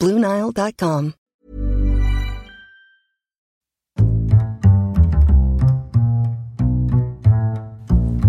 Bluenile.com.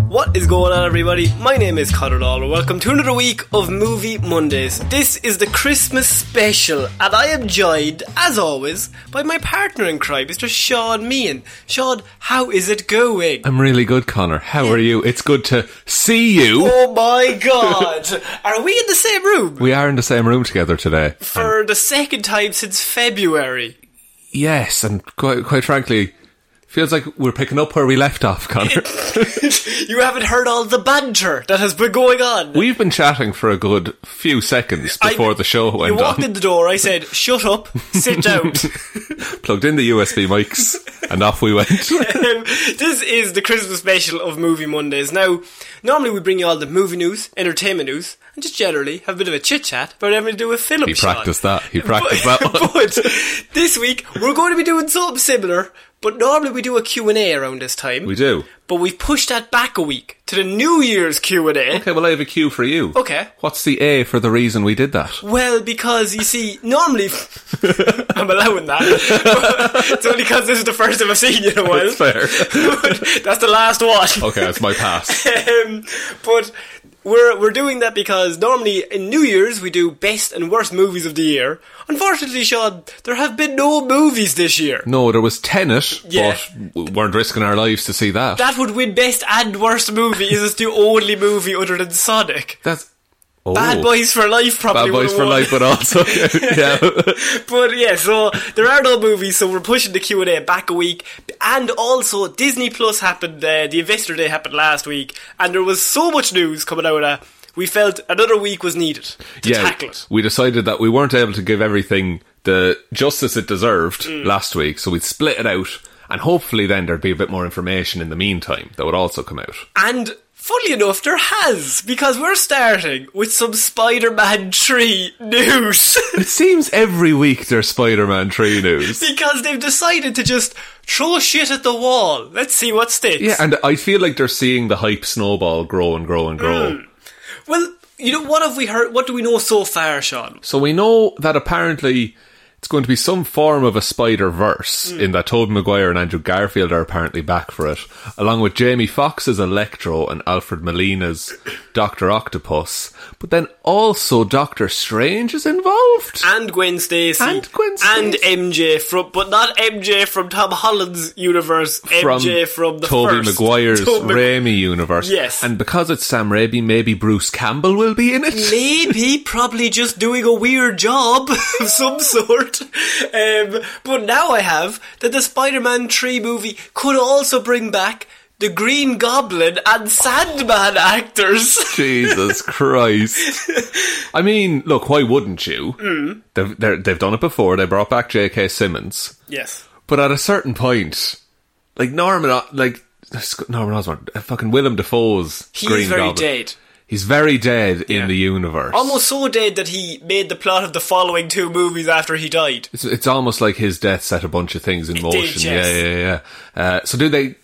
What is going on, everybody? My name is Conor Lawler. Welcome to another week of Movie Mondays. This is the Christmas special, and I am joined, as always, by my partner in crime, Mr. Sean Meehan. Sean, how is it going? I'm really good, Connor. How are you? It's good to see you. oh my god! Are we in the same room? We are in the same room together today. For the second time since February. Yes, and quite, quite frankly, feels like we're picking up where we left off, Connor. You haven't heard all the banter that has been going on. We've been chatting for a good few seconds I- before the show You went walked on. in the door, I said, shut up, sit down. Plugged in the USB mics, and off we went. Um, this is the Christmas special of Movie Mondays. Now, normally we bring you all the movie news, entertainment news, and just generally have a bit of a chit chat about having to do with film. He Sean. practiced that. He practiced But- that one. But this week we're going to be doing something similar. But normally we do a Q and A around this time. We do. But we've pushed that back a week to the New Year's Q and A. Okay, well, I have a cue for you. Okay. What's the A for the reason we did that? Well, because you see, normally I'm allowing that. it's only because this is the first time I've seen you in a while. That's fair. That's the last one. okay, that's my pass. um, but we're we're doing that because normally in New Year's we do best and worst movies of the year. Unfortunately, Sean, there have been no movies this year. No, there was Tenet, Yeah. but we weren't risking our lives to see that. That would win best and worst movie. is it's the only movie other than Sonic? that's... Oh. Bad Boys for Life probably. Bad would've Boys for won. Life, but also yeah. But yeah, so there are no movies, so we're pushing the Q and A back a week. And also, Disney Plus happened. Uh, the Investor Day happened last week, and there was so much news coming out of that. We felt another week was needed to tackle it. we decided that we weren't able to give everything the justice it deserved Mm. last week, so we'd split it out, and hopefully then there'd be a bit more information in the meantime that would also come out. And funnily enough, there has, because we're starting with some Spider Man 3 news. It seems every week there's Spider-Man three news. because they've decided to just throw shit at the wall. Let's see what sticks. Yeah, and I feel like they're seeing the hype snowball grow and grow and grow. Mm. well, you know, what have we heard? What do we know so far, Sean? So we know that apparently it's going to be some form of a Spider Verse Hmm. in that Tobey Maguire and Andrew Garfield are apparently back for it, along with Jamie Foxx's Electro and Alfred Molina's Doctor Octopus. But then also Doctor Strange is involved. And Gwen Stacy. And Gwen And MJ from, but not MJ from Tom Holland's universe, MJ from, the Tobey first. Maguire's Tobey- Raimi universe. Yes. And because it's Sam Raimi, maybe Bruce Campbell will be in it. maybe probably just doing a weird job of some sort. Um, but now I have that the Spider-Man 3 movie could also bring back the Green Goblin and Sandman actors. Jesus Christ. I mean, look, why wouldn't you? Hmm. Mm. They've, they're- they've done it before. They brought back J.K. Simmons. Yes. But at a certain point, like Norman, O- like, Norman Osborn, uh, fucking Willem Dafoe's He's Green very Goblin. dead. He's very dead in the universe. Almost so dead that he made the plot of the following two movies after he died. It's, it's almost like his death set a bunch of things in It did, motion. yes. Yeah, yeah, yeah. Uh, so do they?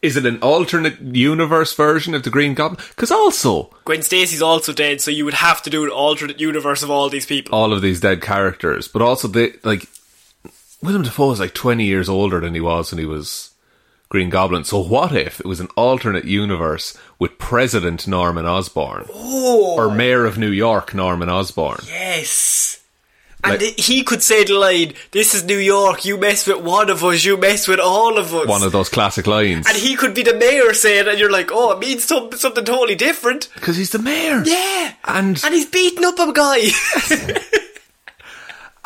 Is it an alternate universe version of the Green Goblin? Because also Gwen Stacy's also dead, so you would have to do an alternate universe of all these people. all of these dead characters, but also they like William Defoe is like twenty years older than he was when he was Green Goblin. So what if it was an alternate universe with President Norman Osborn or Mayor of New York Norman Osborn? Oh. Yes. And th- he could say the line, This is New York, you mess with one of us, you mess with all of us. One of those classic lines. and he could be the mayor saying, and you're like, oh, it means some, something totally different. Because he's the mayor. Yeah. And And he's beating up a guy.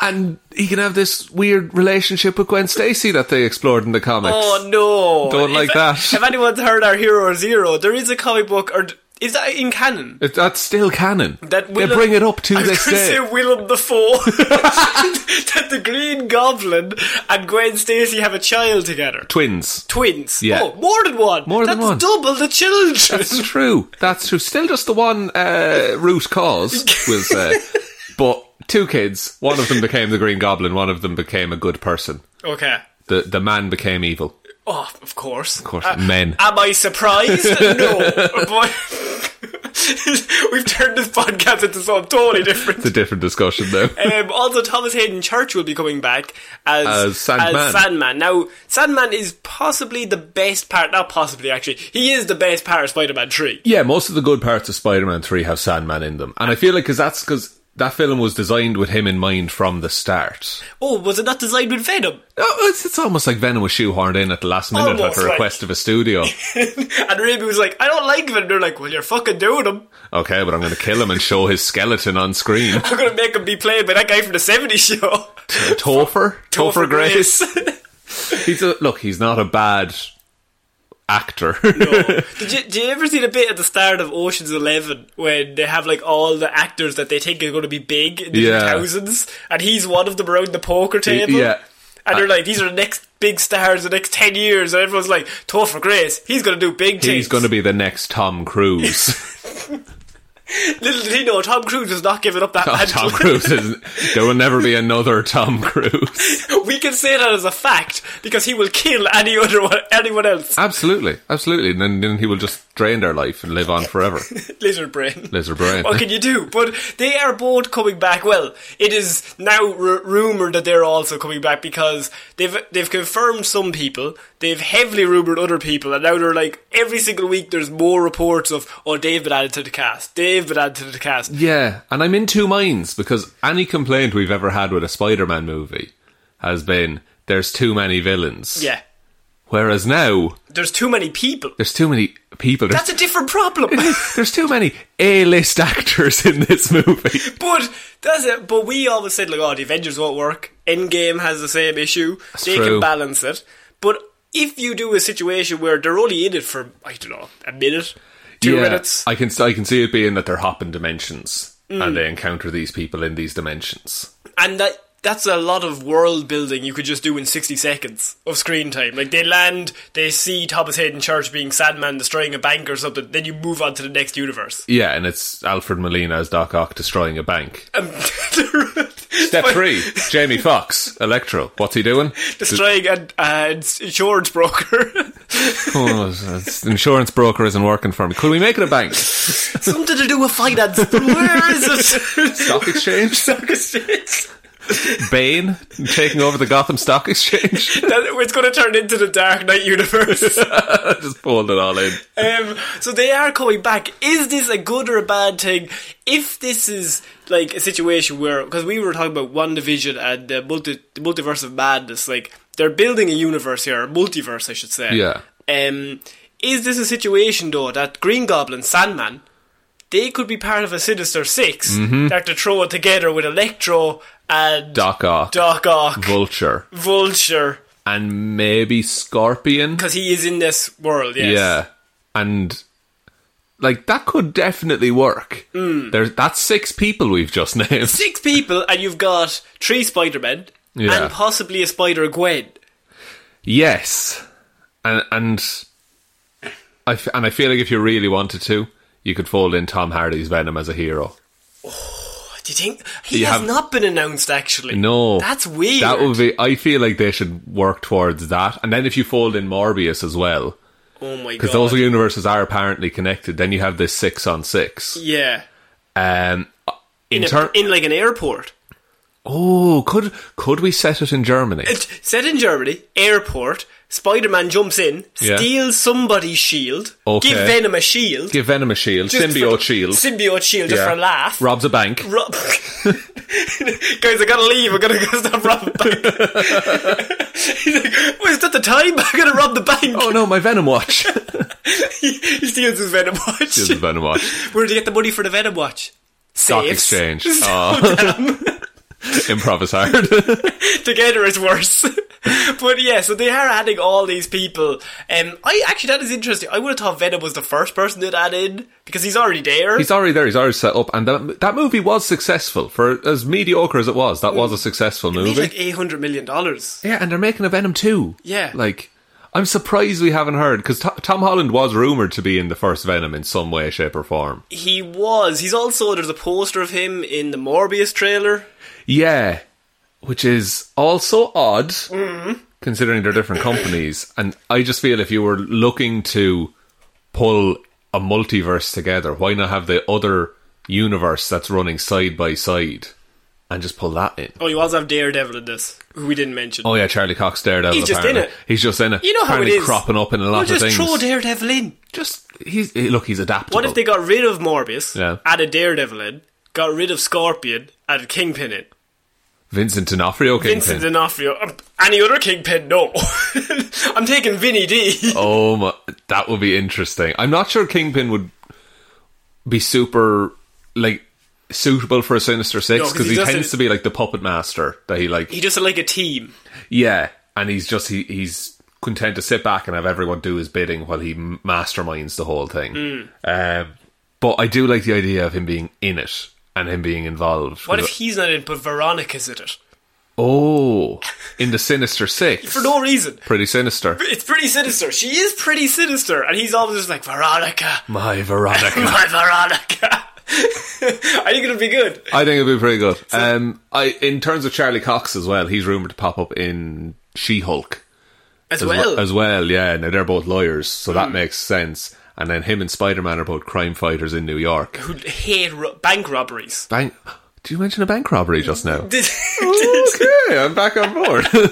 and he can have this weird relationship with Gwen Stacy that they explored in the comics. oh, no. Don't If- like that. If anyone's heard our Hero Zero, there is a comic book, or d- is that in canon? It- that's still canon. That they Willem- bring it up to I was this gonna day. Say Willem the Four. that the Green Goblin and Gwen Stacy have a child together. Twins. Twins. Yeah. Oh, more than one. More than That's one. Double the children. That's true. That's true. Still just the one uh, root cause was, uh, but two kids. One of them became the Green Goblin. One of them became a good person. okay. The the man became evil. Oh, of course. Of course, men. Am I surprised? no. But we've turned this podcast into something totally different. It's a different discussion though. Um, also, Thomas Hayden Church will be coming back as, As Sandman. Sandman. Now, Sandman is possibly the best part. Not possibly, actually. He is the best part of Spider Man 3. Yeah, most of the good parts of Spider-Man Three have Sandman in them, and I feel like because that's because that film was designed with him in mind from the start. Oh, was it not designed with Venom? Oh, it's, it's almost like Venom was shoehorned in at the last minute Almost at the like- request of a studio. and Raimi was like, I don't like Venom. They're like, well, you're fucking doing him. okay, but I'm going to kill him and show his skeleton on screen. I'm going to make him be played by that guy from the 70s show. Topher, Topher Grace. He's a look. He's not a bad actor. Did you, did you ever see the bit at the start of Ocean's Eleven when they have like all the actors that they think are going to be big in the Yeah. 2000s, and he's one of them around the poker table? yeah. And they're like, these are the next big stars, the next 10 years, and everyone's like, Topher Grace, he's going to do big things. He's going to be the next Tom Cruise. Little did he know, Tom Cruise was not giving up that Oh, mantle. Tom Cruise isn't. There will never be another Tom Cruise. we can say that as a fact because he will kill any other one, anyone else. Absolutely, absolutely. And then, then he will just drain their life and live on forever. Lizard brain. Lizard brain. What can you do? But they are both coming back. Well, it is now r- rumored that they're also coming back because they've they've confirmed some people. They've heavily rumored other people, and now they're like every single week. There's more reports of oh they've been added to the cast. They've been added to the cast. Yeah, and I'm in two minds because any complaint we've ever had with a Spider-Man movie has been there's too many villains. Yeah, Whereas now there's too many people. there's too many people. There's That's a different problem. There's too many A-list actors in this movie. But that's it. But we always said like, oh, the Avengers won't work. Endgame has the same issue. they true. can balance it. But if you do a situation where they're only in it for I don't know a minute, two Yeah, minutes, Mm. I can I can see it being that they're hopping dimensions and they encounter these people in these dimensions. and that that's a lot of world building you could just do in sixty seconds of screen time. Like they land, they see Thomas Hayden Church being Sandman destroying a bank or something. Then you move on to the next universe. Yeah, and it's Alfred Molina as Doc Ock destroying a bank. Um, Step three, Jamie Fox, Electro. What's he doing? Destroying an uh, insurance broker. Oh, this insurance broker isn't working for me. Could we make it a bank? Something to do with finance. Where is it? Stock exchange? stock exchange. Bane taking over the Gotham Stock Exchange? That- it's going to turn into the Dark Knight universe. Just pulled it all in. um, so they are coming back. Is this a good or a bad thing? If this is like a situation where, because we were talking about one division and the, multi, the multiverse of madness, like they're building a universe here, a multiverse, I should say. Yeah. Um, is this a situation though that Green Goblin, Sandman, they could be part of a Sinister 6 that to throw it together with Electro and Mm-hmm. Doc Ock, Doc Ock, Vulture, Vulture, and maybe Scorpion? because he is in this world. Yes. Yeah, and like that could definitely work. There's that's six people we've just named. Hmm. Six people, and you've got three Spider Men Yeah. and possibly a Spider Gwen. Yes, and and I f- and I feel like if you really wanted to, you could fold in Tom Hardy's Venom as a hero. Do you think he You has have- not been announced? Actually, No, That's weird. That would be. I feel like they should work towards that, and then if you fold in Morbius as well, oh my god. because those universes are apparently connected, then you have this six on six. yeah, Um, in, in, a- turn, in like an airport. oh, could could we set it in Germany? It, set in Germany, airport. Spider Man jumps in, Yeah. steals somebody's shield, Okay. give Venom a shield, Give Venom a shield, just symbiote for- shield, symbiote shield, just Yeah. for a laugh. robs a bank. Ro- Guys, I gotta leave. I gotta go stop robbing banks. He's like, well, is that the time? I gotta rob the bank. Oh no, my Venom watch. he, he steals his Venom watch. Steals the Venom watch. Where did he get the money for the Venom watch? Stock Safes. exchange. Oh. Improvis hard. Together it's worse. but yeah, so they are adding all these people. Um, I actually that is interesting. I would have thought Venom was the first person they'd add in because he's already there. He's already there. He's already set up, and that, that movie was successful for as mediocre as it was. That was a successful He made movie. Mm. like eight hundred million dollars. Yeah, and they're making a Venom 2. Yeah. Like, I'm surprised we haven't heard, because Tom Holland was rumoured to be in the first Venom in some way, shape, or form. He was. He's also there's a poster of him in the Morbius trailer. Yeah. Which is also odd, Mm-hmm. considering they're different companies. And I just feel if you were looking to pull a multiverse together, why not have the other universe that's running side by side and just pull that in? Oh, you also have Daredevil in this, who we didn't mention. Oh yeah, Charlie Cox Daredevil. He's just in apparently. it. He's just in it. you know how it apparently is. cropping up in a lot We'll of just things. throw Daredevil in. just he's eh, look, he's adaptable. What if they got rid of Morbius, Yeah. added Daredevil in, got rid of Scorpion, added Kingpin in? Vincent D'Onofrio Kingpin? Vincent D'Onofrio. Um, Any other Kingpin? No. I'm taking Vinny D. oh my, that would be interesting. I'm not sure Kingpin would be super like suitable for a Sinister Six No, 'cause because he he, doesn't- tends to be like the puppet master that he like. He just had, like a team. yeah, and he's just he he's content to sit back and have everyone do his bidding while he m- masterminds the whole thing. Hmm. Um, but I do like the idea of him being in it and him being involved. What if 'cause- he's not in, but Veronica's in it? Oh, in the Sinister Six. For no reason. Pretty sinister. It's pretty sinister. She is pretty sinister. And he's always just like, Veronica. My Veronica. My Veronica. I think it'll be good. I think it'd be pretty good. Um, I in terms of Charlie Cox as well, he's rumored to pop up in She Hulk As, as, we- well. Hmm. As well, yeah. Now they're both lawyers, so that makes sense. And then him and Spider Man are both crime fighters in New York. who hate ro- bank robberies. Bank? Did you mention a bank robbery just now? Did, okay, I'm back on board. is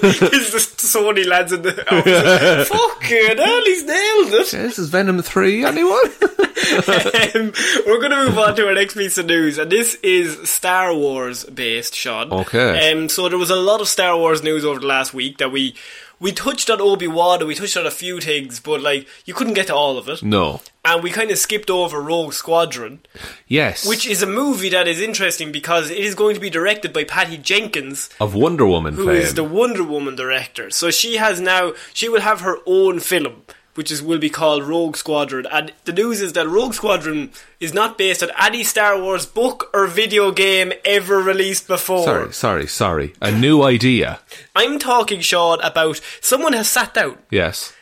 this Sony lads in the office? Fucking hell, he's nailed it. this is Venom Three. Anyone? Um, we're going to move on to our next piece of news, and this is Star Wars based, Sean. Okay. Um, so there was a lot of Star Wars news over the last week that we we touched on Obi Wan and we touched on a few things, but like you couldn't get to all of it, no. and we kind of skipped over Rogue Squadron, Yes. which is a movie that is interesting because it is going to be directed by Patty Jenkins, of Wonder Woman who fame. is the Wonder Woman director. So she has now she will have her own film, which is will be called Rogue Squadron. And the news is that Rogue Squadron is not based on any Star Wars book or video game ever released before. sorry, sorry, sorry. A new idea. I'm talking, Sean, about someone has sat down Yes.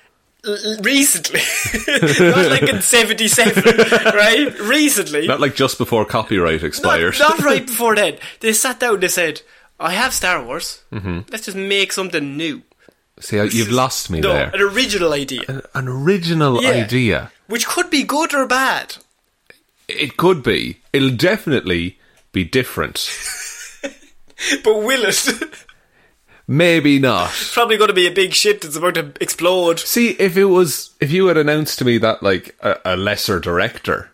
l- recently, not like in '77, right? Recently, Not like just before copyright expired. Not, not right before then. They sat down. They said, "I have Star Wars. Mm-hmm. Let's just make something new." See, you've lost me No, there. an original idea, an original Yeah. idea. which could be good or bad. It could be. It'll definitely be different. But will it? Maybe not. Probably going to be a big shit that's about to explode. See, if it was, if you had announced to me that like a, a lesser director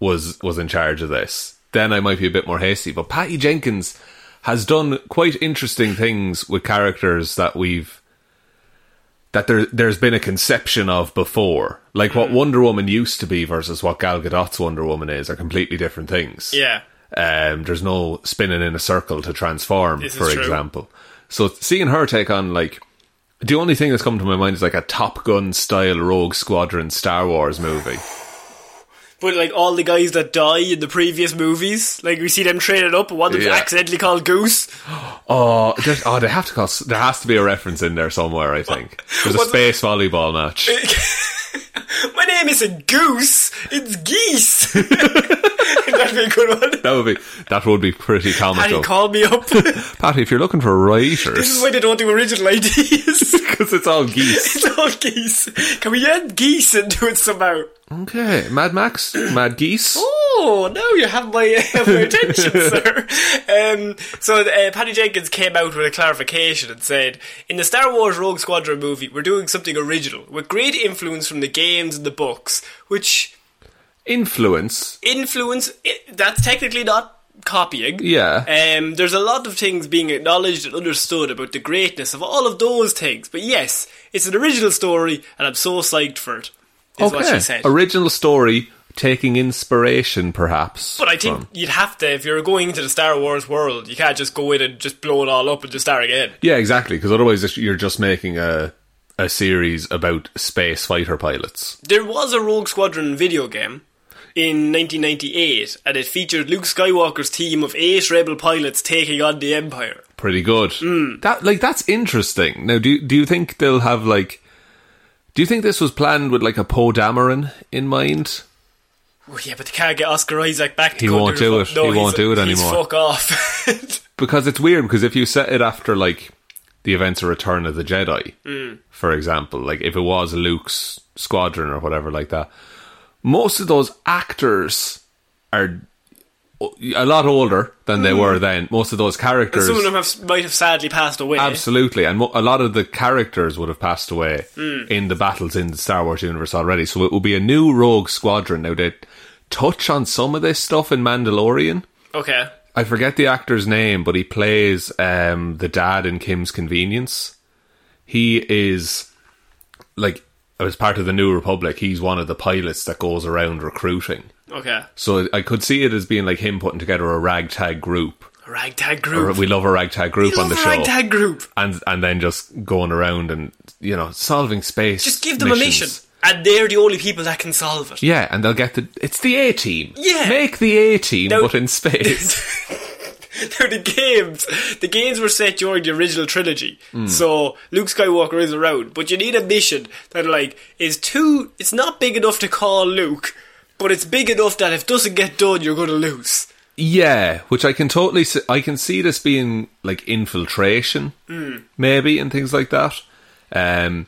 was was in charge of this, then I might be a bit more hasty. But Patty Jenkins has done quite interesting things with characters that we've that there there's been a conception of before, like what Wonder Woman used to be versus what Gal Gadot's Wonder Woman is are completely different things. Yeah. Um, there's no spinning in a circle to transform, This is for true. example. So seeing her take on like the only thing that's come to my mind is like a Top Gun style Rogue Squadron Star Wars movie. But like all the guys that die in the previous movies, like we see them training up, and one of them's Yeah. accidentally called Goose. Oh, there's- oh, they have to call. s- There has to be a reference in there somewhere. I think there's a What's- space volleyball match. My name is a goose. It's geese. That'd be a good one. That would be that would be pretty Patty, comical. call me up. this Patty, if you're looking for is writers, why they don't do original ideas. because it's all geese. it's all geese. Can we add geese into it somehow? Okay, Mad Max, Mad Geese. Oh, now you have my, have my attention, sir. Um, so, uh, Patty Jenkins came out with a clarification and said In the Star Wars Rogue Squadron movie, we're doing something original, with great influence from the games and the books, which Influence. influence, i that's technically not copying. Yeah. Um, there's a lot of things being acknowledged and understood about the greatness of all of those things. But yes, it's an original story, and I'm so psyched for it. Is what she said. Original story taking inspiration, perhaps. But I think from- you'd have to, if you're going into the Star Wars world, you can't just go in and just blow it all up and just start again. yeah, exactly. Because otherwise, it's- you're just making a a series about space fighter pilots. There was a Rogue Squadron video game in 1998, and it featured Luke Skywalker's team of eight rebel pilots taking on the Empire. Pretty good. Hmm. That like that's interesting. Now, do you- do you think they'll have like? Do you think this was planned with like a Poe Dameron in mind? Oh, yeah, but they can't get Oscar Isaac back. To He go won't the do fu- it. He he's- won't do it he's anymore. Fuck off. because it's weird because if you set it after like the events of Return of the Jedi, for example, like if it was Luke's squadron or whatever like that, most of those actors are a lot older than they were then. Most of those characters, Some of them have, might have sadly passed away. absolutely, and mo- a lot of the characters would have passed away in the battles in the Star Wars universe already. So it will be a new Rogue Squadron. Now they touch on some of this stuff in Mandalorian. Okay. I forget the actor's name, but he plays um, the dad in Kim's Convenience. He is like as part of the New Republic. He's one of the pilots that goes around recruiting. Okay. So I could see it as being like him putting together a ragtag group. A ragtag Or group. we love a ragtag group We on the love a show, Ragtag group. and and then just going around and you know solving space. Just give them missions. a mission, and they're the only people that can solve it. Yeah, and they'll get the. It's the A team. Yeah. make the A team, Now- but in space. Now the games, the games were set during the original trilogy, Hmm. so Luke Skywalker is around, but you need a mission that like is too. It's not big enough to call Luke, but it's big enough that if it doesn't get done, you're going to lose. Yeah, which I can totally see, I can see this being like infiltration, Mm. maybe, and things like that. Um,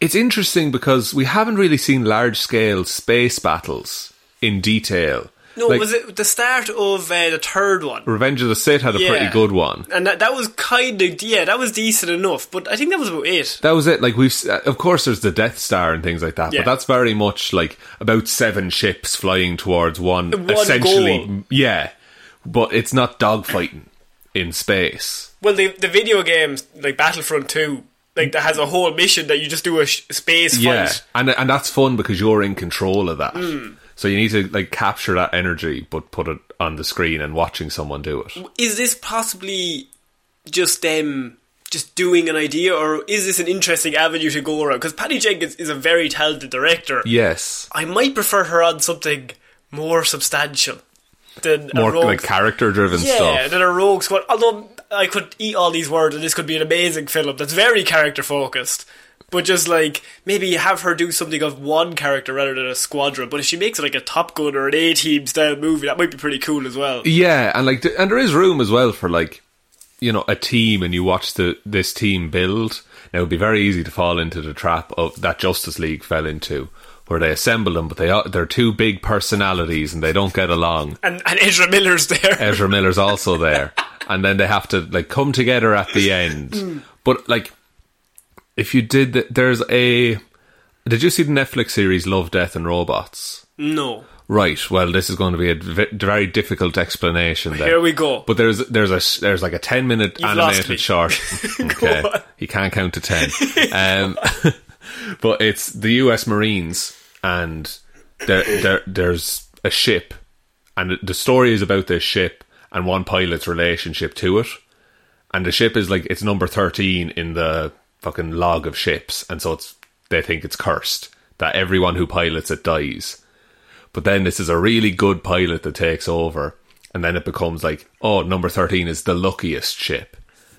it's interesting because we haven't really seen large scale space battles in detail. No, Like, was it the start of uh, the third one? Revenge of the Sith had a pretty Yeah. good one. And that, that was kind of yeah, that was decent enough, but I think that was about it. That was it. Like we've, s- uh, of course, there's the Death Star and things like that, Yeah. but that's very much like about seven ships flying towards one, One essentially. goal. Yeah, but it's not dogfighting in space. Well, the the video games like Battlefront Two, like that has a whole mission that you just do a sh- space Yeah, fight. and and that's fun because you're in control of that. Hmm. So you need to like capture that energy, but put it on the screen and watching someone do it. is this possibly just um, just doing an idea, or is this an interesting avenue to go around? Because Patty Jenkins is a very talented director. Yes, I might prefer her on something more substantial than more a rogue. like character driven yeah, stuff. than a Rogue Squad. Although I could eat all these words, and this could be an amazing film that's very character focused. But just like maybe have her do something of one character rather than a squadron. But if she makes it like a Top Gun or an A Team style movie, that might be pretty cool as well. Yeah, and like th- and there is room as well for like you know a team, and you watch the this team build. Now it'd be very easy to fall into the trap of that Justice League fell into. Where they assemble them, but they are, they're two big personalities and they don't get along. And, and Ezra Miller's there. Ezra Miller's also there, and then they have to like come together at the end. But like, if you did, th- there's a. Did you see the Netflix series Love, Death, and Robots? No. Right. Well, this is going to be a v- very difficult explanation. Then. Here we go. But there's there's a s- there's like a ten minute You've lost me. animated short. okay, on. you can't count to ten. Um, but it's the U.S. Marines, and there, there there's a ship, and the story is about this ship and one pilot's relationship to it. And the ship is like it's number thirteen in the fucking log of ships, and so it's they think it's cursed that everyone who pilots it dies. But then this is a really good pilot that takes over, and then it becomes like, oh, number 13 is the luckiest ship.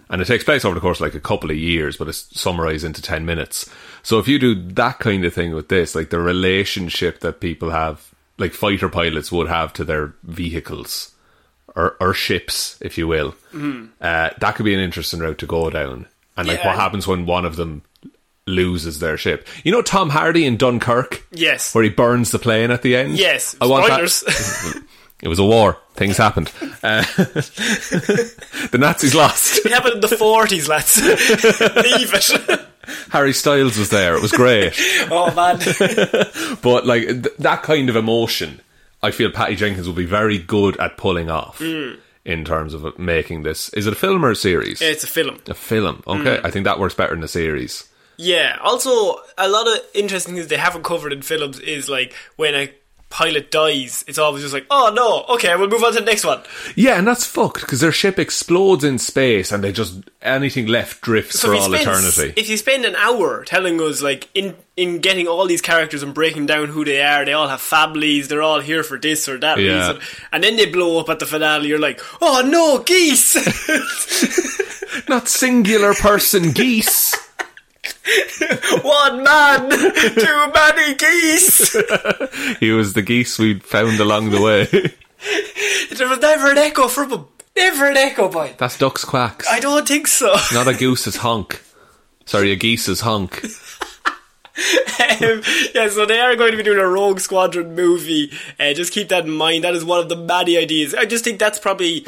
And it takes place over the course of like a couple of years, but it's summarized into 10 minutes. So if you do that kind of thing with this, like the relationship that people have, like fighter pilots would have to their vehicles or, or ships, if you will, uh, that could be an interesting route to go down. And like Mm-hmm. Yeah. what happens when one of them loses their ship. You know Tom Hardy in Dunkirk? Yes. Where he burns the plane at the end? Yes. I want that- Spoilers. it was a war. Things happened. Uh, the Nazis lost. it happened in the 40s, lads. Leave it. Harry Styles was there. It was great. Oh, man. But like th- that kind of emotion, I feel Patty Jenkins will be very good at pulling off Hmm. in terms of making this. Is it a film or a series? It's Hmm. a film. a film. Okay, I think that works better in a series. Yeah. Also, a lot of interesting things they haven't covered in films is like when a pilot dies, it's always just like, oh no, okay, we'll move on to the next one. Yeah, and that's fucked because their ship explodes in space, and they just anything left drifts for if you all spend- eternity. If you spend an hour telling us, like in in getting all these characters and breaking down who they are, they all have families, they're all here for this or that Yeah. reason, and then they blow up at the finale, you're like, oh no, geese! Not singular person geese. One man, too many geese. He was the geese we found along the way. there was never an echo from them. Never an echo, boy. That's ducks quacks. I don't think so. Not a goose's honk. Sorry, a geese's honk. Um, yeah, so they are going to be doing a Rogue Squadron movie. Uh, just keep that in mind. That is one of the many ideas. I just think that's probably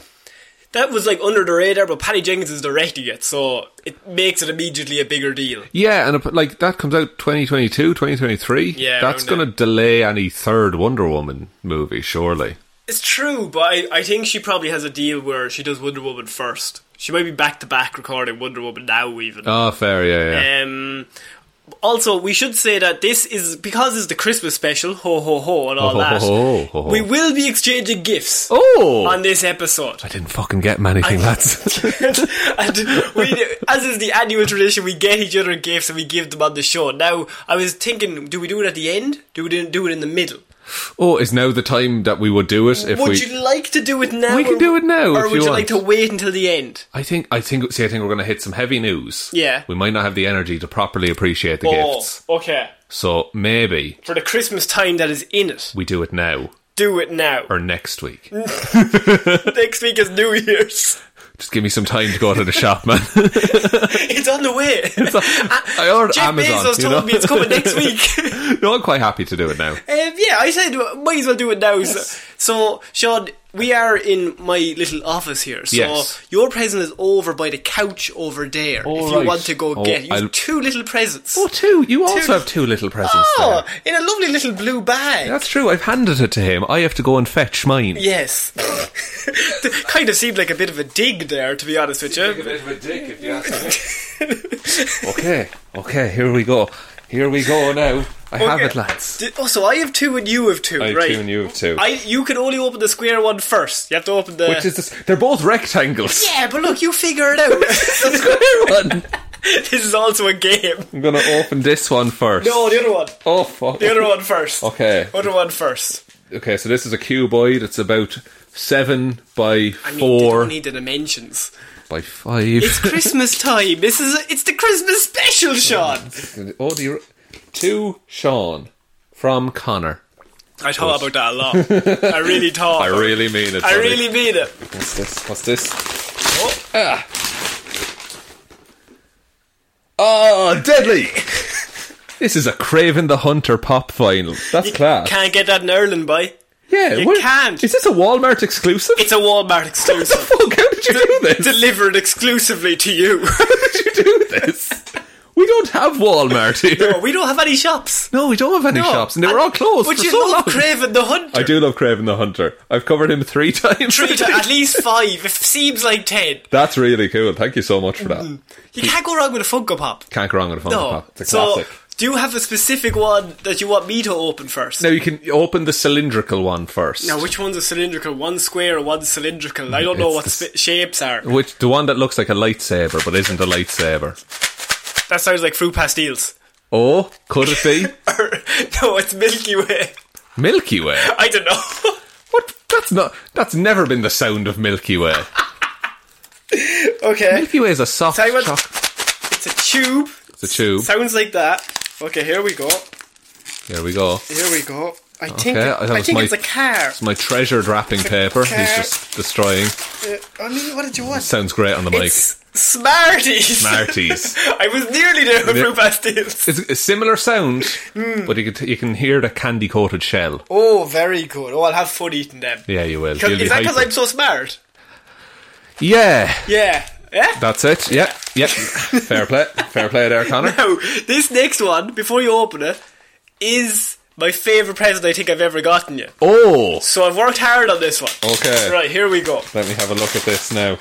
that was like under the radar, but Patty Jenkins is directing it, so it makes it immediately a bigger deal. Yeah, and uh, like that comes out 2022, 2023. Yeah, that's around there. going to delay any third Wonder Woman movie, surely. It's true, but I, I think she probably has a deal where she does Wonder Woman first. She might be back to back recording Wonder Woman now, even. Oh, fair, yeah, yeah. Um, also, we should say that this is because it's the Christmas special, ho ho ho, and all Ho, ho, that. ho, ho, ho. We will be exchanging gifts oh, on this episode. I didn't fucking get him anything, lads. and we, as is the annual tradition, we get each other gifts and we give them on the show. Now, I was thinking, do we do it at the end? Do we do do it in the middle? oh, is now the time that we would do it? If would we, you like to do it now? We can or- do it now Or would if you you want. like to wait until the end? I think, I think, see, I think we're going to hit some heavy news. Yeah. we might not have the energy to properly appreciate the gifts, Oh, okay. so maybe For the Christmas time that is in it, we do it now do it now. or next week. Next week is New Year's. Just give me some time to go to the shop, man. It's on the way. I ordered Jeff Amazon. Bezos you told know? me it's coming next week. no, I'm quite happy to do it now. Um, yeah, I said might as well do it now. So, so, Sean, we are in my little office here. So Yes. your present is over by the couch over there. All if you right. want to go Oh, get, you I'll- have two little presents. Oh, two. You also Two- have two little presents Oh, there. in a lovely little blue bag. That's true. I've handed it to him. I have to go and fetch mine. yes. kind of seemed like a bit of a dig there, to be honest with you. okay, okay. Here we go. Here we go now. I have Okay. it, lads. Did- Oh, so I have two and you have two, I have right? two and you have two. I, you can only open the square one first. You have to open the. Which is this? They're both rectangles. yeah, but look, you figure it out. One. this is also a game. I'm gonna open this one first. No, the other one. Oh fuck. The other one first. Okay. Other one first. Okay, so this is a cuboid. It's about seven by I mean, they four don't need the dimensions. by five. It's Christmas time. This is it's the Christmas special, Sean. oh, do you... to Sean from Connor. I thought about that a lot. I really thought. I really mean it. I buddy. really mean it. What's this? What's this? Ah. Oh, Oh, deadly! this is a Craven the Hunter pop vinyl. That's class. Can't get that in Ireland, boy. yeah, you can't. Is this a Walmart exclusive? It's a Walmart what the exclusive. fuck? How did you do this? Delivered exclusively to you. How did you do this? We don't have Walmart here. No, we don't have any shops. No, we don't have any No. shops, and they were And- all closed But for you so long. love Craven the Hunter. I do love Craven the Hunter. I've covered him three times. Three to at least five. It seems like ten. That's really cool. Thank you so much for that. You can't go wrong with a Funko Pop. Can't go wrong with a Hmm. Funko Mm-hmm. No. Pop. It's a so, classic. do you have a specific one that you want me to open first? Now you can open the cylindrical one first. Now, which one's a cylindrical? One square or one cylindrical? I don't know It's what the sp- shapes are. Which the one that looks like a lightsaber but isn't a lightsaber? That sounds like fruit pastilles. Oh, could it be no, it's Milky Way. Milky Way? I don't know. What? That's not. That's never been the sound of Milky Way. Okay. Milky Way is a soft Tell you what- choc- It's a tube. It's a tube. Sounds like that. Okay, here we go. Here we go. Here we go. I think Okay, I thought it I was think my- it's a car. It's my treasured wrapping paper. He's car. just destroying. Uh, I mean, what did you want? Sounds great on the mic. It's Smarties. Smarties. I was nearly there with Yeah. fruit pastilles. It's a similar sound, but you can, you can hear the candy coated shell. Mm. Oh, very good. Oh, I'll have fun eating them. Yeah, you will. 'Cause- You'll be Is that because hyper. I'm so smart? Yeah, Yeah. Yeah. that's it. Yeah, yeah. Fair play, fair play there, Connor. Now, this next one, before you open it, is my favourite present I think I've ever gotten you. Oh, So I've worked hard on this one. Okay. Right, here we go. let me have a look at this now.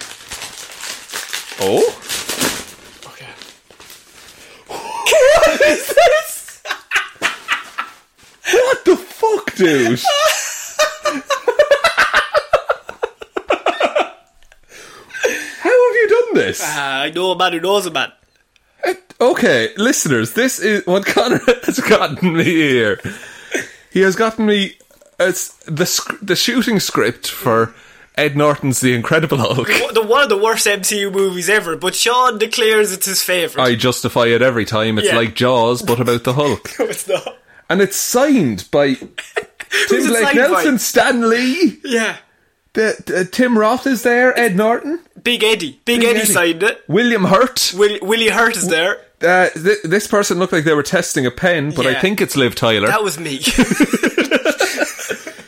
Oh, Okay. what is this? what the fuck, dude? How have you done this? Uh, I know a man who knows a man. Okay, listeners, this is what Connor has gotten me here. He has gotten me it's the sc- the shooting script for Ed Norton's The Incredible Hulk. Wha- The, one of the worst MCU movies ever, but Sean declares it's his favourite. I justify it every time. It's Yeah. like Jaws, but about the Hulk, No, it's not. and it's signed by Tim it Blake signed Nelson, by? Stan Lee. Yeah. The, the- Tim Roth is there. Ed Norton, Big Eddie. Big, Eddie, Eddie. signed it. William Hurt. Will, Willie Hurt is there. Uh, th- this person looked like they were testing a pen, but I Yeah. think it's Liv Tyler. That was me.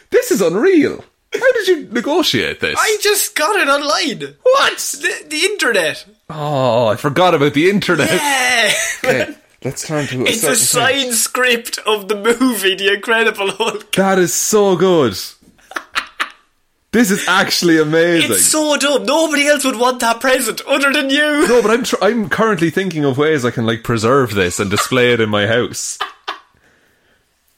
this is unreal. How did you negotiate this? I just got it online. What? The, the internet. Oh, I forgot about the internet. Yeah. Okay, let's turn to a It's a certain thing. signed script of the movie The Incredible Hulk. That is so good. this is actually amazing. It's so dumb. Nobody else would want that present other than you. no, but I'm tr- I'm currently thinking of ways I can like preserve this and display it in my house.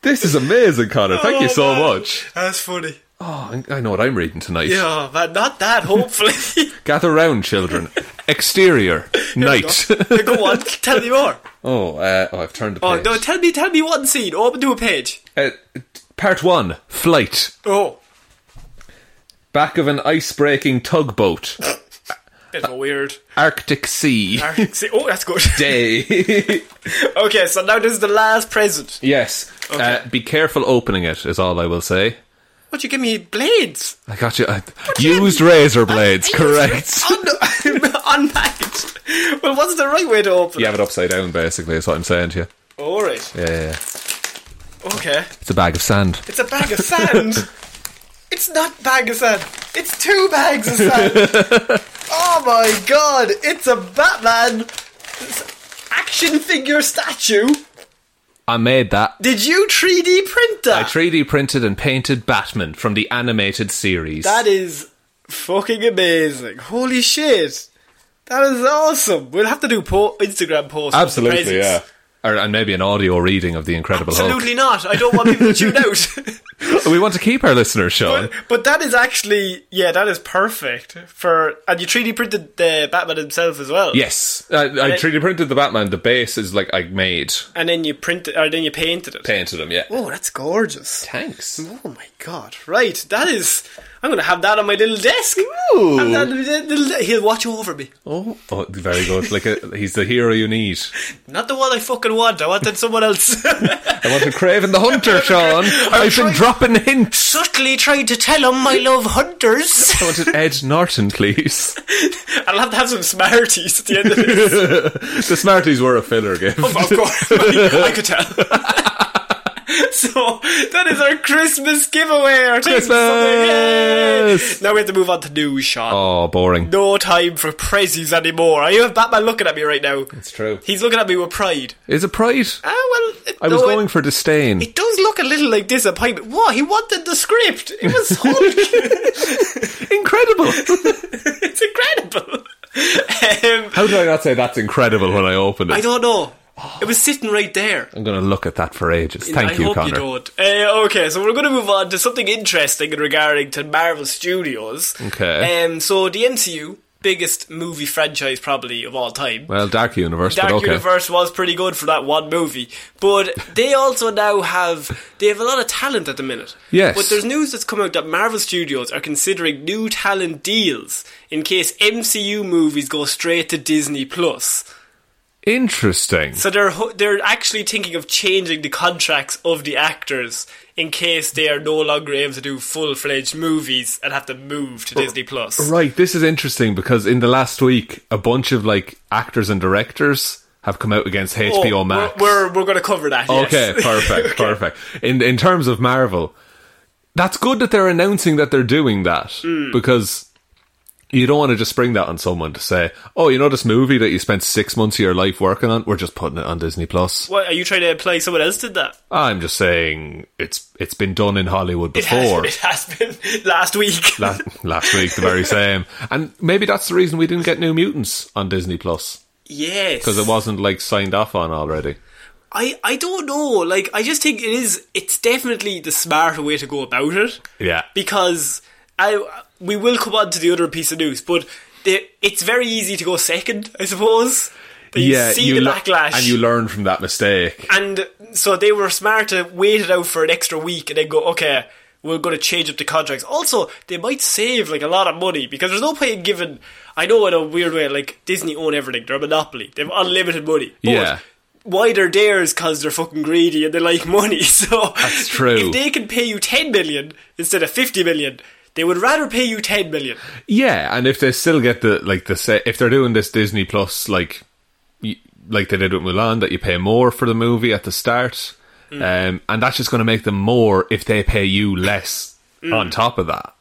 This is amazing, Connor. Thank you Oh, so man. much. That's funny. Oh, I I know what I'm reading tonight. Yeah, but not that, hopefully. Gather round, children. Exterior, night. Go on, tell me more. oh, uh, oh, I've turned the Oh, page. no, tell me, tell me one scene. Open to a page. Uh, part one: flight. Oh. Back of an ice-breaking tugboat, Bit of a weird. Arctic Sea. Arctic Sea- Oh, that's good. Day. Okay, so now this is the last present. Yes. Okay. Uh, be careful opening it, is all I will say. What, you give me blades? I got you. I, used razor blades, correct. Unpacked. well, what's the right way to open You it? have it upside down, basically, is what I'm saying to you. Alright. Yeah, yeah, yeah. Okay. It's a bag of sand. It's a bag of sand. it's not bag of sand. It's two bags of sand. oh my god! It's a Batman s- action figure statue. I made that. Did you 3D print I that? 3D printed and painted Batman from the animated series. that is fucking amazing. Holy shit! That is awesome. We'll have to do po- Instagram posts. of the presents. Absolutely, yeah. Or, and maybe an audio reading of The Incredible Absolutely not. I don't want people to tune out. Hulk. We want to keep our listeners, Sean. But that is actually, yeah, that is perfect for. And you 3D printed the Batman himself as well. Yes. I, I 3D printed the Batman. The base is like I made. And then you printed, or then you painted it. Painted him, yeah. oh, that's gorgeous. Thanks. Oh my god! Right, that is. I'm gonna have that on my little desk. Ooh. Have that on my little de- he'll watch over me. Oh, oh, very good. Like a, he's the hero you need. Not the one I fucking want. I wanted someone else. I want to crave in the hunter, Sean. I've been dropping hints. Subtly trying to tell him I love hunters. I wanted Ed Norton, please. I'll have to have some smarties at the end of this. the Smarties were a filler gift. Of course, I could tell. so that is our Christmas giveaway. Our thing. Christmas! Something- Yay! Now we have to move on to news, Sean. Oh, boring. No time for prezzies anymore. Are you have Batman looking at me right now? It's true. He's looking at me with pride. Is it pride? Ah, well, it, I was no, it- going for disdain. It does look a little like disappointment. What? He wanted the script. It was Hulk. incredible. it's incredible. Um, How did I not say that's incredible when I opened it? I don't know. It was sitting right there. am going to look at that for ages. Thank I you, hope Connor. you don't. Uh, okay, so we're going to move on to something interesting in regarding to Marvel Studios. Okay. Um, so the MCU biggest movie franchise probably of all time. Well, Dark Universe, Dark but okay. Universe was pretty good for that one movie, but they also now have they have a lot of talent at the minute. Yes. but there's news that's come out that Marvel Studios are considering new talent deals in case MCU movies go straight to Disney Plus. Interesting. So they're ho- they're actually thinking of changing the contracts of the actors in case they are no longer able to do full fledged movies and have to move to Disney Plus. Right, this is interesting because in the last week, a bunch of like actors and directors have come out against Oh, HBO Max. We're, we're, we're going to cover that. yes. okay, perfect, perfect. In in terms of Marvel, that's good that they're announcing that they're doing that Mm. because you don't want to just spring that on someone to say, "Oh, you know this movie that you spent six months of your life working on? We're just putting it on Disney Plus." What are you trying to imply? Someone else did that. I'm just saying it's it's been done in Hollywood before. It has been last week. La- last week, the very same, and maybe that's the reason we didn't get New Mutants on Disney Plus. yes, because it wasn't like signed off on already. I I don't know. Like I just think it is. It's definitely the smarter way to go about it. Yeah. Because I we will come on to the other piece of news, but the, it's very easy to go second, I suppose. But you see the le- backlash, and you learn from that mistake. And so they were smart to wait it out for an extra week and then go, okay, we're going to change up the contracts. Also, they might save like a lot of money because there's no point in giving. I know in a weird way, like Disney own everything; they're a monopoly. They've unlimited money. But Yeah. Why they're there is because they're fucking greedy and they like money. So That's true. If they can pay you ten million instead of fifty million, they would rather pay you ten million. Yeah, and if they still get the like the set, if they're doing this Disney Plus like y- like they did with Mulan, that you pay more for the movie at the start, Mm. um, and that's just going to make them more if they pay you less Mm. on top of that.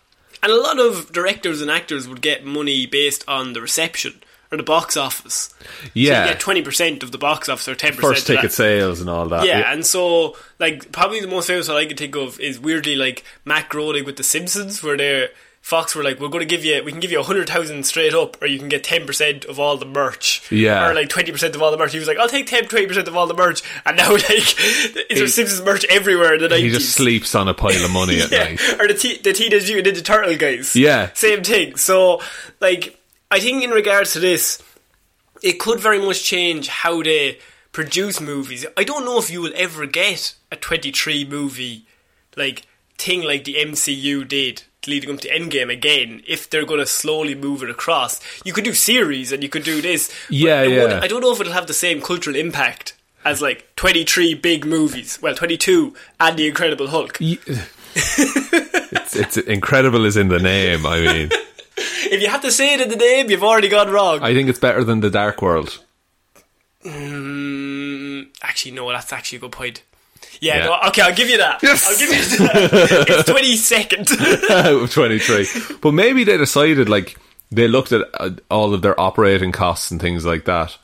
And a lot of directors and actors would get money based on the reception or the box office. Yeah, So you get twenty percent of the box office or ten percent. first ticket sales and all that. Yeah, and so like probably the most famous one I can think of is weirdly like Matt Groening with The Simpsons, where they Fox were like, "We're going to give you, we can give you a hundred thousand straight up, or you can get ten percent of all the merch, Yeah. or like twenty percent of all the merch." He was like, "I'll take 10 20 percent of all the merch," and now like there's Simpsons merch everywhere in the he nineties. just sleeps on a pile of money at Yeah, night. Or the, te- the Teenage Mutant Ninja Turtle guys. Yeah. Same thing. So, like, I think in regards to this, it could very much change how they produce movies. I don't know if you will ever get a 23 movie, like, thing like the MCU did leading up to Endgame again, if they're going to slowly move it across. You could do series and you could do this. but Yeah, it would- yeah. I don't know if it'll have the same cultural impact as, like, 23 big movies. Well, 22 and The Incredible Hulk. Y- it's, it's incredible is in the name. I mean, If you had to say it in the name, you've already gone wrong. I think it's better than the Dark World. Mm, actually, no, that's actually a good point. Yeah, Yeah. no, okay, I'll give you that. Yes! I'll give you that. it's twenty second. out of 23. But maybe they decided, like, they looked at uh, all of their operating costs and things like that,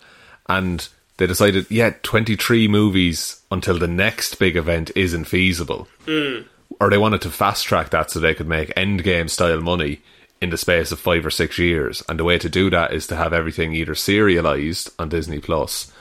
and they decided, yeah, 23 movies until the next big event isn't feasible. Or they wanted to fast track that so they could make endgame style money in the space of five or six years. And the way to do that is to have everything either serialized on Disney Plus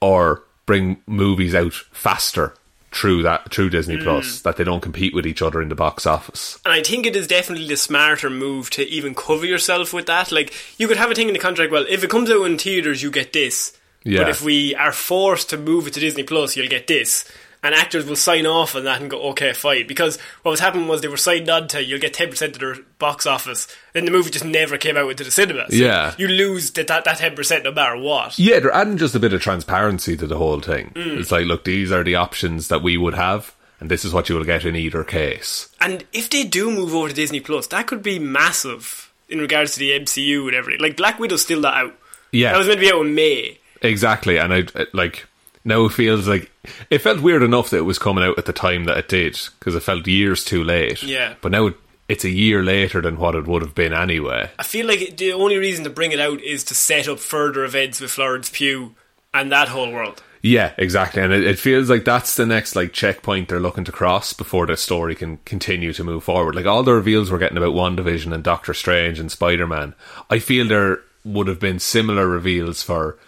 or bring movies out faster through that through Disney Plus that they don't compete with each other in the box office. and I think it is definitely the smarter move to even cover yourself with that. Like you could have a thing in the contract. Well, if it comes out in theaters, you get this. Yeah. But if we are forced to move it to Disney Plus, you'll get this. And actors will sign off on that and go, okay, fine. Because what was happening was they were signed on to, you'll get 10% of their box office. Then the movie just never came out into the cinemas. Yeah. You lose that, that, that 10% no matter what. Yeah, they're adding just a bit of transparency to the whole thing. It's like, look, these are the options that we would have, and this is what you will get in either case. And if they do move over to Disney Plus, that could be massive in regards to the MCU and everything. Like Black Widow's still not out. Yeah. That was meant to be out in May. Exactly, and I I- like now it feels like it felt weird enough that it was coming out at the time that it did because it felt years too late. Yeah. but now it, it's a year later than what it would have been anyway. I feel like the only reason to bring it out is to set up further events with Florence Pugh and that whole world. Yeah, exactly, and it, it feels like that's the next like checkpoint they're looking to cross before the story can continue to move forward. Like all the reveals we're getting about WandaVision and Doctor Strange and Spider Man, I feel there would have been similar reveals for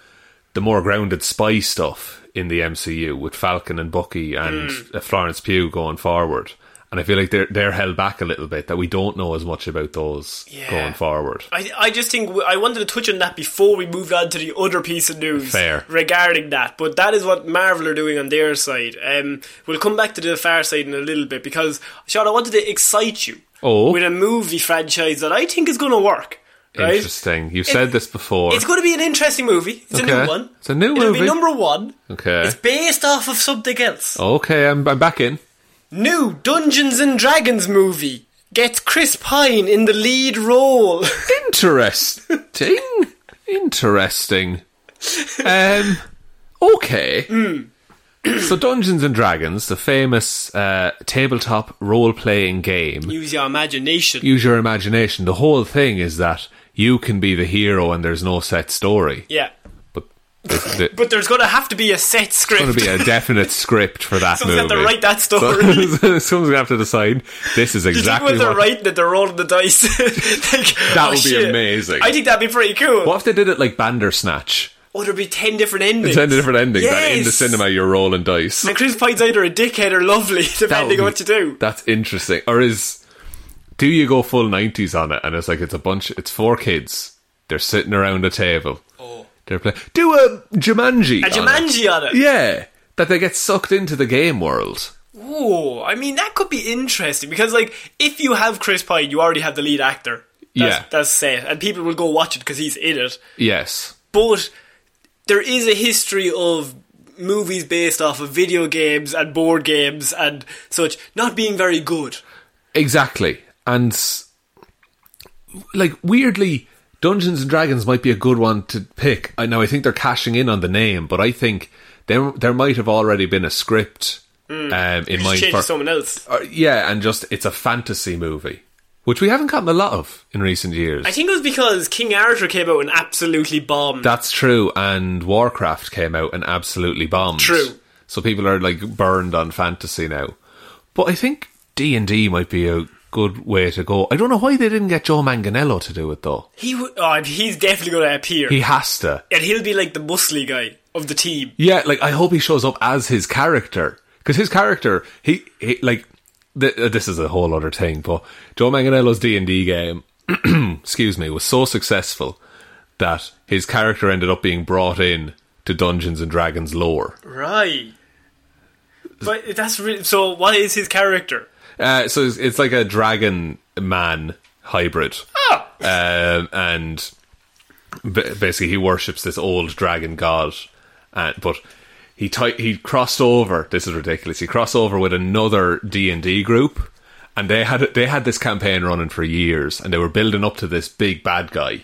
the more grounded spy Hmm. stuff in the MCU with Falcon and Bucky and uh Florence Pugh going forward. And I feel like they're they're held back a little bit that we don't know as much about those Yeah. going forward. I, I just think w- I wanted to touch on that before we moved on to the other piece of news Fair. regarding that, but that is what Marvel are doing on their side. Um, we'll come back to the far side in a little bit because, Sean, I wanted to excite you Oh. with a movie franchise that I think is going to work. Right? Interesting. You've said this before. It's going to be an interesting movie. It's a Okay. new one. It's a new It'll movie. be number one. Okay. It's based off of something else. okay, I'm I'm back in. New Dungeons and Dragons movie gets Chris Pine in the lead role. Interesting. Interesting. Um, okay. Mm. so Dungeons and Dragons, the famous uh, tabletop role-playing game. Use your imagination. Use your imagination. The whole thing is that you can be the hero and there's no set story. yeah. But there's, there's But there's going to have to be a set script. going to be a definite script for that Someone's movie. got to write that So- story. Someone's going to have to decide this is Do you exactly think when they're what. writing it, they're rolling the dice? Like, That oh, would be shit. amazing. I think that'd be pretty cool. What if they did it like Bandersnatch? Oh, there'd be ten different endings. Ten different endings. And in the Yes. cinema, you're rolling dice. And Chris Pine's either a dickhead or lovely, That would depending on what you be- do. That's interesting. Or is do you go full nineties on it? And it's like it's a bunch. It's four kids. They're sitting around a table. Oh. They're playing. Do a Jumanji. A on it. Jumanji on it. Yeah, that they get sucked into the game world. Oh, I mean that could be interesting because, like, if you have Chris Pine, you already have the lead actor. That's, Yeah. that's set, and people will go watch it because he's in it. Yes. But there is a history of movies based off of video games and board games and such not being very good. Exactly. And s- like weirdly Dungeons and Dragons might be a good one to pick. I know I think they're cashing in on the name, but I think there there might have already been a script um, in Hmm. Just mind change for to someone else. Uh, yeah, and just it's a fantasy movie, which we haven't gotten a lot of in recent years. I think it was because King Arthur came out and absolutely bombed. That's true. And Warcraft came out and absolutely bombed. True. So people are like burned on fantasy now. But I think D and D might be a good way to go. I don't know why they didn't get Joe Manganello to do it though. he w- oh, he's definitely going to appear, He has to. and he'll be like the muscly guy of the team. Yeah, like I hope he shows up as his character because his character, he, he like th- uh, this is a whole other thing. But Joe Manganello's D and D game, excuse me, was so successful that his character ended up being brought in to Dungeons and Dragons lore. Right. But that's re- so. What is his character? Uh, so it's, it's like a dragon man hybrid. Ah. Um, and ba- basically, he worships this old dragon god. And, but he ti- he crossed over. This is ridiculous. He crossed over with another D and D group, and they had they had this campaign running for years, and they were building up to this big bad guy.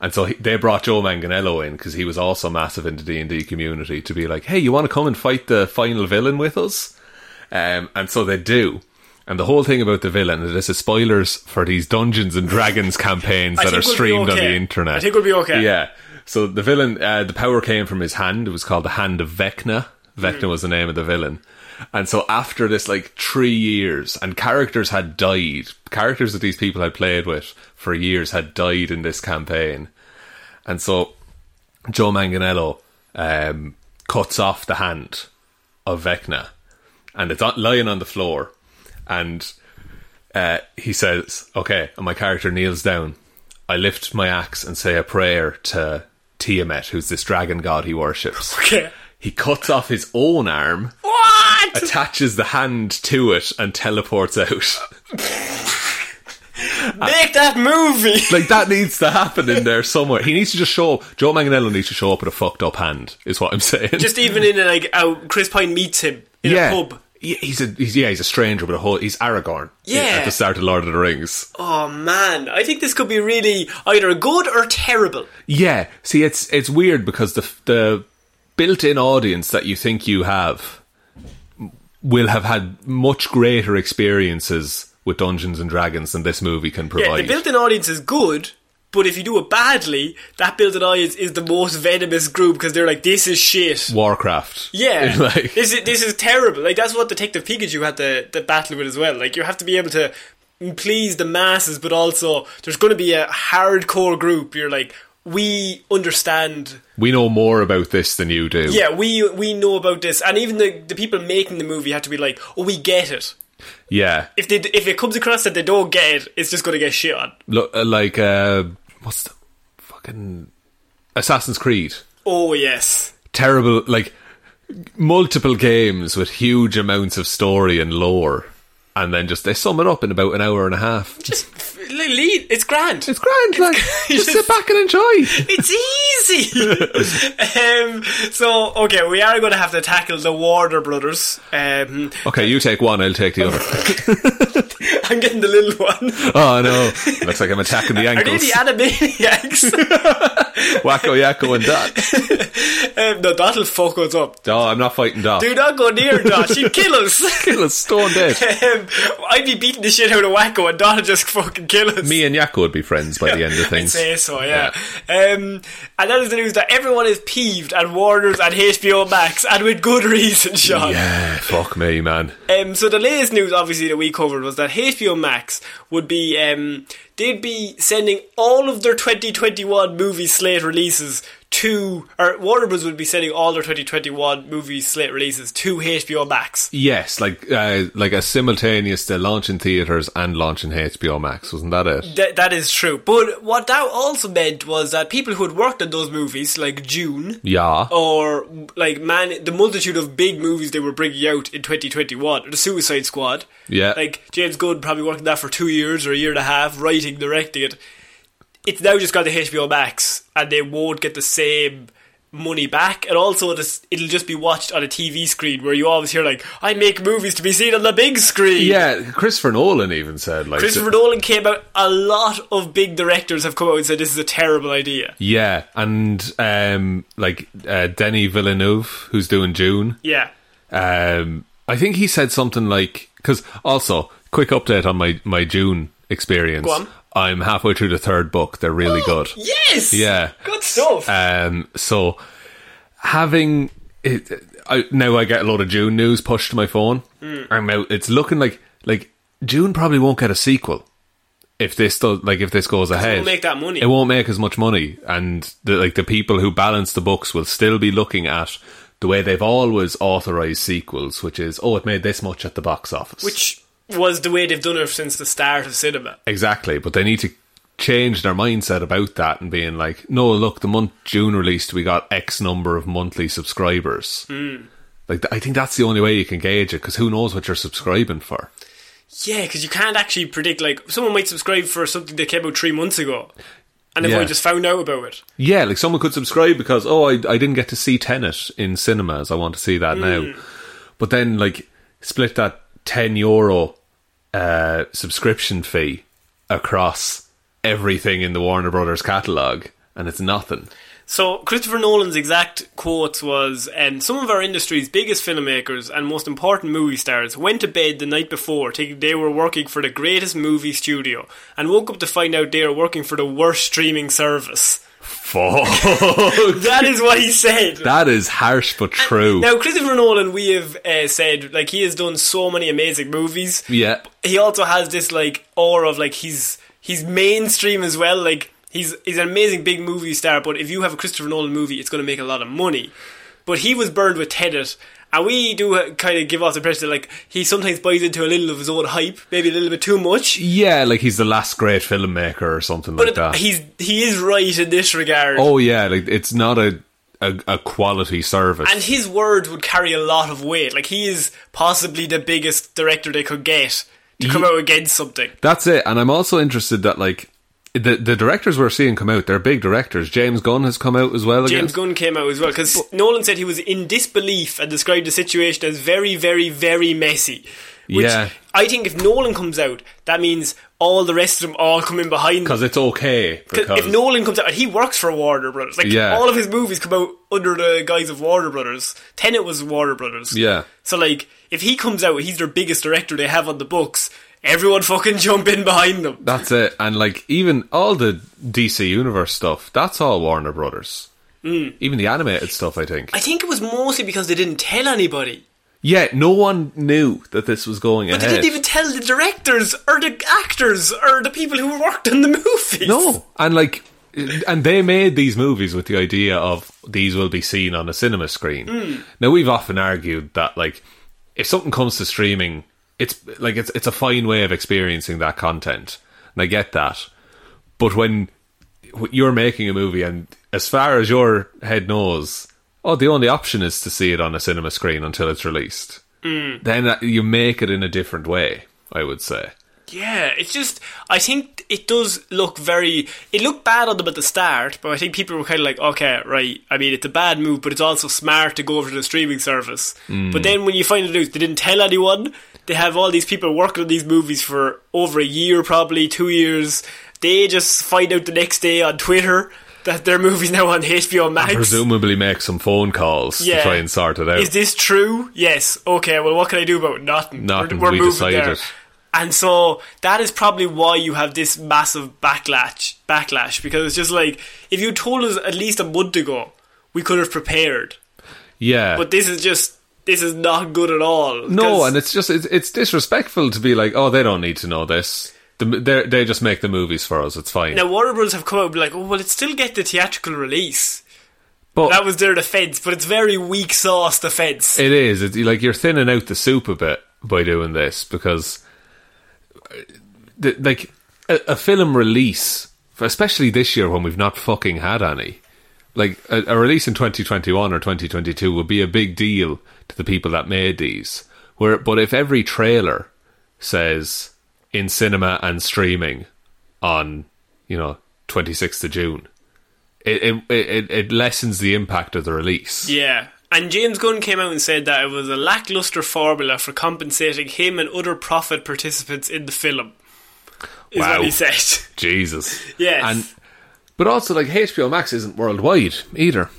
And so he, they brought Joe Manganello in because he was also massive into D and D community to be like, "Hey, you want to come and fight the final villain with us?" Um, and so they do. And the whole thing about the villain, and this is spoilers for these Dungeons and Dragons campaigns I that think are we'll be streamed on okay. the internet. I think we'll be okay. Yeah. So the villain, uh, the power came from his hand. It was called the Hand of Vecna. Vecna Hmm. was the name of the villain. And so after this, like three years, and characters had died, characters that these people had played with for years had died in this campaign. And so Joe Manganello um, cuts off the hand of Vecna, and it's on- lying on the floor. And uh, he says, "Okay." And my character kneels down. I lift my axe and say a prayer to Tiamat, who's this dragon god he worships. Okay. He cuts off his own arm, What? attaches the hand to it, and teleports out. Make that movie. Like that needs to happen in there somewhere. He needs to just show up. Joe Manganello needs to show up with a fucked up hand, is what I'm saying. Just even in like how Chris Pine meets him in a pub. Yeah, he's a he's, yeah he's a stranger with a whole he's Aragorn. Yeah. at the start of Lord of the Rings. Oh man, I think this could be really either good or terrible. Yeah, see it's it's weird because the the built-in audience that you think you have will have had much greater experiences with Dungeons and Dragons than this movie can Yeah, provide. the built-in audience is good, but if you do it badly, that built-in audience is the most venomous group because they're like, "This is shit." Warcraft. Yeah, like this is this is terrible. Like that's what Detective Pikachu had the the battle with as well. Like you have to be able to please the masses, but also there's going to be a hardcore group. You're like, we understand we know more about this than you do. Yeah, we we know about this, and even the the people making the movie had to be like, "Oh, we get it. Yeah, If they if it comes across that they don't get it, it's just going to get shit on. look uh, like uh, what's the fucking Assassin's Creed? Oh yes, Terrible, like multiple games with huge amounts of story and lore, and then just they sum it up in about an hour and a half. just f- le- lead. It's grand. It's grand, like just sit back and enjoy. It's easy. um, so okay, we are going to have to tackle the Warner Brothers. Um, Okay, you take one, I'll take the other. I'm getting the little one. Oh no, looks like I'm attacking the Are they ankles. the Animaniacs? Wacko Yakko and Dot. um, no, that'll fuck us up. No, I'm not fighting Dot. Do not go near Dot. She'd kill us. kill us, stone dead. um, I'd be beating the shit out of Wacko, and Dot'd just fucking kill us. Me and Yakko would be friends by the end of I'd things. say so, yeah. Um, and that is the news that everyone is peeved at Warner's and HBO Max, and with good reason, Sean. Yeah, fuck me, man. Um, so the latest news, obviously, that we covered was that HBO Max would be um, they'd be sending all of their 2021 movie slate releases to, or Warner Bros. would be sending all their 2021 movie slate releases to HBO Max. Yes, like uh, like a simultaneous they launch in theaters and launch in HBO Max, wasn't that it? That, that is true. But what that also meant was that people who had worked on those movies, like June, Yeah. or like man, the multitude of big movies they were bringing out in 2021, the Suicide Squad. Yeah. like James Gunn probably worked on that for two years or a year and a half, writing, directing it. It's now just got the HBO Max, and they won't get the same money back. And also, this- it'll just be watched on a TV screen where you always hear like, "I make movies to be seen on the big screen." Yeah, Christopher Nolan even said like Christopher Nolan came out. A lot of big directors have come out and said this is a terrible idea. Yeah, and um like uh, Denny Villeneuve who's doing June. Yeah. Um I think he said something like cuz also quick update on my my June experience. Go on. Oh, I'm halfway through the third book. They're really good. Yes. Yeah. Good stuff. Um, so having it, I, now I get a lot of June news pushed to my phone. Hmm. I'm out. It's looking like like June probably won't get a sequel if this does like if this goes ahead. won't make that money. It won't make as much money, and the, like the people who balance the books will still be looking at. The way they've always authorized sequels, which is, oh, it made this much at the box office. which was the way they've done it since the start of cinema. Exactly, but they need to change their mindset about that and being like, no, look, the month June released, we got X number of monthly subscribers. Like, th- I think that's the only way you can gauge it because who knows what you're subscribing for? Yeah, because you can't actually predict. Like someone might subscribe for something that came out three months ago, and they've Yeah. only just found out about it. Yeah, like someone could subscribe because oh, I I didn't get to see Tenet in cinemas. I want to see that now. But then like split that ten euro uh, subscription fee across everything in the Warner Brothers catalog, and it's nothing. So Christopher Nolan's exact quotes was, um, "Some of our industry's biggest filmmakers and most important movie stars went to bed the night before thinking they were working for the greatest movie studio, and woke up to find out they are working for the worst streaming service." Fuck. That is what he said. That is harsh but true. Now, Christopher Nolan, we have uh, said, like, he has done so many amazing movies. yeah. He also has this, like, aura of, like, he's, he's mainstream as well. Like, he's, he's an amazing big movie star, but if you have a Christopher Nolan movie, it's going to make a lot of money. But he was burned with Tenet. And we do kind of give off the impression that, like, he sometimes buys into a little of his own hype, maybe a little bit too much. Yeah, like he's the last great filmmaker or something But like that. he's, he is right in this regard. oh yeah, like it's not a a, a quality service. And his words would carry a lot of weight. Like he is possibly the biggest director they could get to come Ye- out against something. That's it. And I'm also interested that like the the directors we're seeing come out, they're big directors. James Gunn has come out as well. again. James Gunn came out as well because Nolan said he was in disbelief and described the situation as very, very, very messy. Which Yeah. I think if Nolan comes out, that means all the rest of them all come in behind. because Because it's okay. Because if Nolan comes out, and he works for Warner Brothers, like Yeah. all of his movies come out under the guise of Warner Brothers. Tenet was Warner Brothers. yeah, So like, if he comes out, he's their biggest director they have on the books. Everyone fucking jump in behind them. that's it. And like even all the DC Universe stuff, that's all Warner Brothers. Hmm. Even the animated stuff, I think. I think it was mostly because they didn't tell anybody. yeah, no one knew that this was going But they ahead. didn't even tell the directors or the actors or the people who worked on the movies. No, and like, and they made these movies with the idea of these will be seen on a cinema screen. Now we've often argued that like, if something comes to streaming it's like it's it's a fine way of experiencing that content, and I get that. But when you're making a movie, and as far as your head knows, oh, the only option is to see it on a cinema screen until it's released. Then uh, you make it in a different way. I would say. Yeah, it's just I think it does look very. It looked bad on them at the start, but I think people were kind of like, okay, right. I mean, it's a bad move, but it's also smart to go over to the streaming service. Hmm. But then when you find it out, they didn't tell anyone. They have all these people working on these movies for over a year, probably two years. They just find out the next day on Twitter that their movie's now on HBO Max. Presumably, make some phone calls to try and sort it out. Is this true? Yes. Okay. Well, what can I do about it? Nothing. Nothing. We decided. And so that is probably why you have this massive backlash. Backlash because it's just like if you told us at least a month ago, we could have prepared. yeah, But this is just this is not good at all. Uh, No, 'Cause- and it's just it's, it's disrespectful to be like, oh, they don't need to know this. The, they they just make the movies for us. It's fine. now Warner Bros have come out and be like, oh well, it still get the theatrical release. but That was their defense, but it's very weak sauce defense. it is. It's like you're thinning out the soup a bit by doing this because, uh, the, like, a, a film release, especially this year when we've not fucking had any. Like a, a release in 2021 or 2022 would be a big deal to the people that made these. Where, but if every trailer says in cinema and streaming on you know 26th of June. It it, it it lessens the impact of the release. Yeah. And James Gunn came out and said that it was a lackluster formula for compensating him and other profit participants in the film. Is Wow. what he said. Jesus. Yes. And but also like HBO Max isn't worldwide either.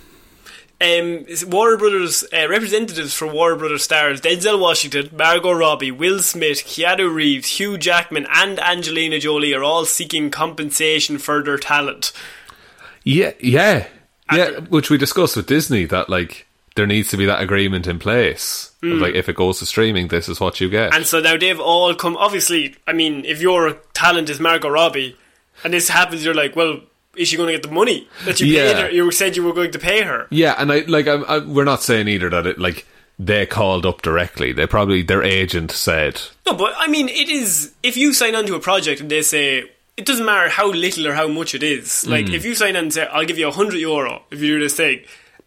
Um, Warner Brothers uh, representatives for Warner Brothers stars Denzel Washington, Margot Robbie, Will Smith, Keanu Reeves, Hugh Jackman, and Angelina Jolie are all seeking compensation for their talent. Yeah, yeah. Yeah, which we discussed with Disney that like there needs to be that agreement in place. of, Like if it goes to streaming, this is what you get. And so now they've all come. Obviously, I mean, if your talent is Margot Robbie, and this happens, you're like, well, is she going to get the money that you paid Yeah. her? You said you were going to pay her. Yeah, and I like I'm, I, we're not saying either that it like they called up directly. They probably their agent said No, but I mean, it is. If you sign on to a project and they say it doesn't matter how little or how much it is, like Mm. if you sign on and say I'll give you a hundred euro if you do this thing,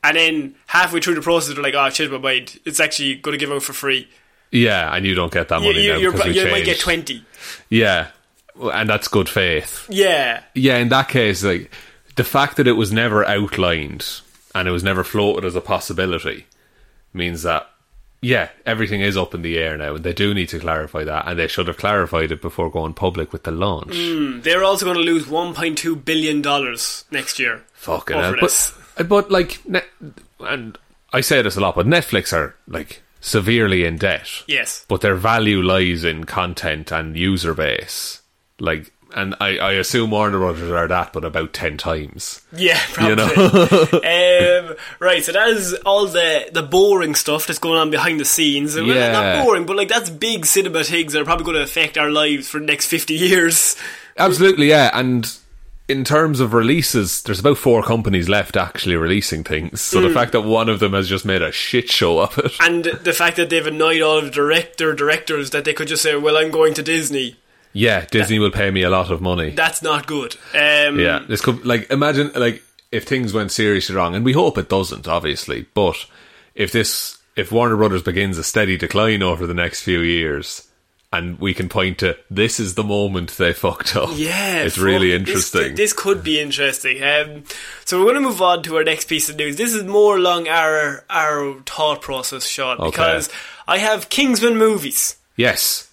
and then halfway through the process they're like, oh, change my mind, it's actually going to give out for free. Yeah, and you don't get that You, money you, now you're, because pro- we you changed. might get twenty. Yeah, Well, and that's good faith. Yeah, Yeah, in that case, like the fact that it was never outlined and it was never floated as a possibility means that yeah, everything is up in the air now, and they do need to clarify that, and they should have clarified it before going public with the launch. they're also going to lose one point two billion dollars next year. Fucking over hell. this. But, uh, but like, ne- and I say this a lot, but Netflix are like severely in debt. Yes. But their value lies in content and user base. Like, and I, I assume Warner Brothers are that, but about 10 times. Yeah, You probably. um, right, so that is all the the boring stuff that's going on behind the scenes. Well, Yeah. not boring, but like that's big cinema things that are probably going to affect our lives for the next fifty years. Absolutely, yeah. And in terms of releases, there's about four companies left actually releasing things. So the fact that one of them has just made a shit show of it. Mm. And the fact that they've annoyed all of the director directors that they could just say, "Well, I'm going to Disney." Yeah, Disney will pay me a lot of money. That's not good. Um, Yeah, this could like imagine like if things went seriously wrong, and we hope it doesn't, obviously. But if this, if Warner Brothers begins a steady decline over the next few years, and we can point to this is the moment they fucked up. Yeah, it's fuck, really this- interesting. This, could be interesting. Um, so we're going to move on to our next piece of news. This is more along our our thought process, Sean, Okay. because I have Kingsman movies. yes.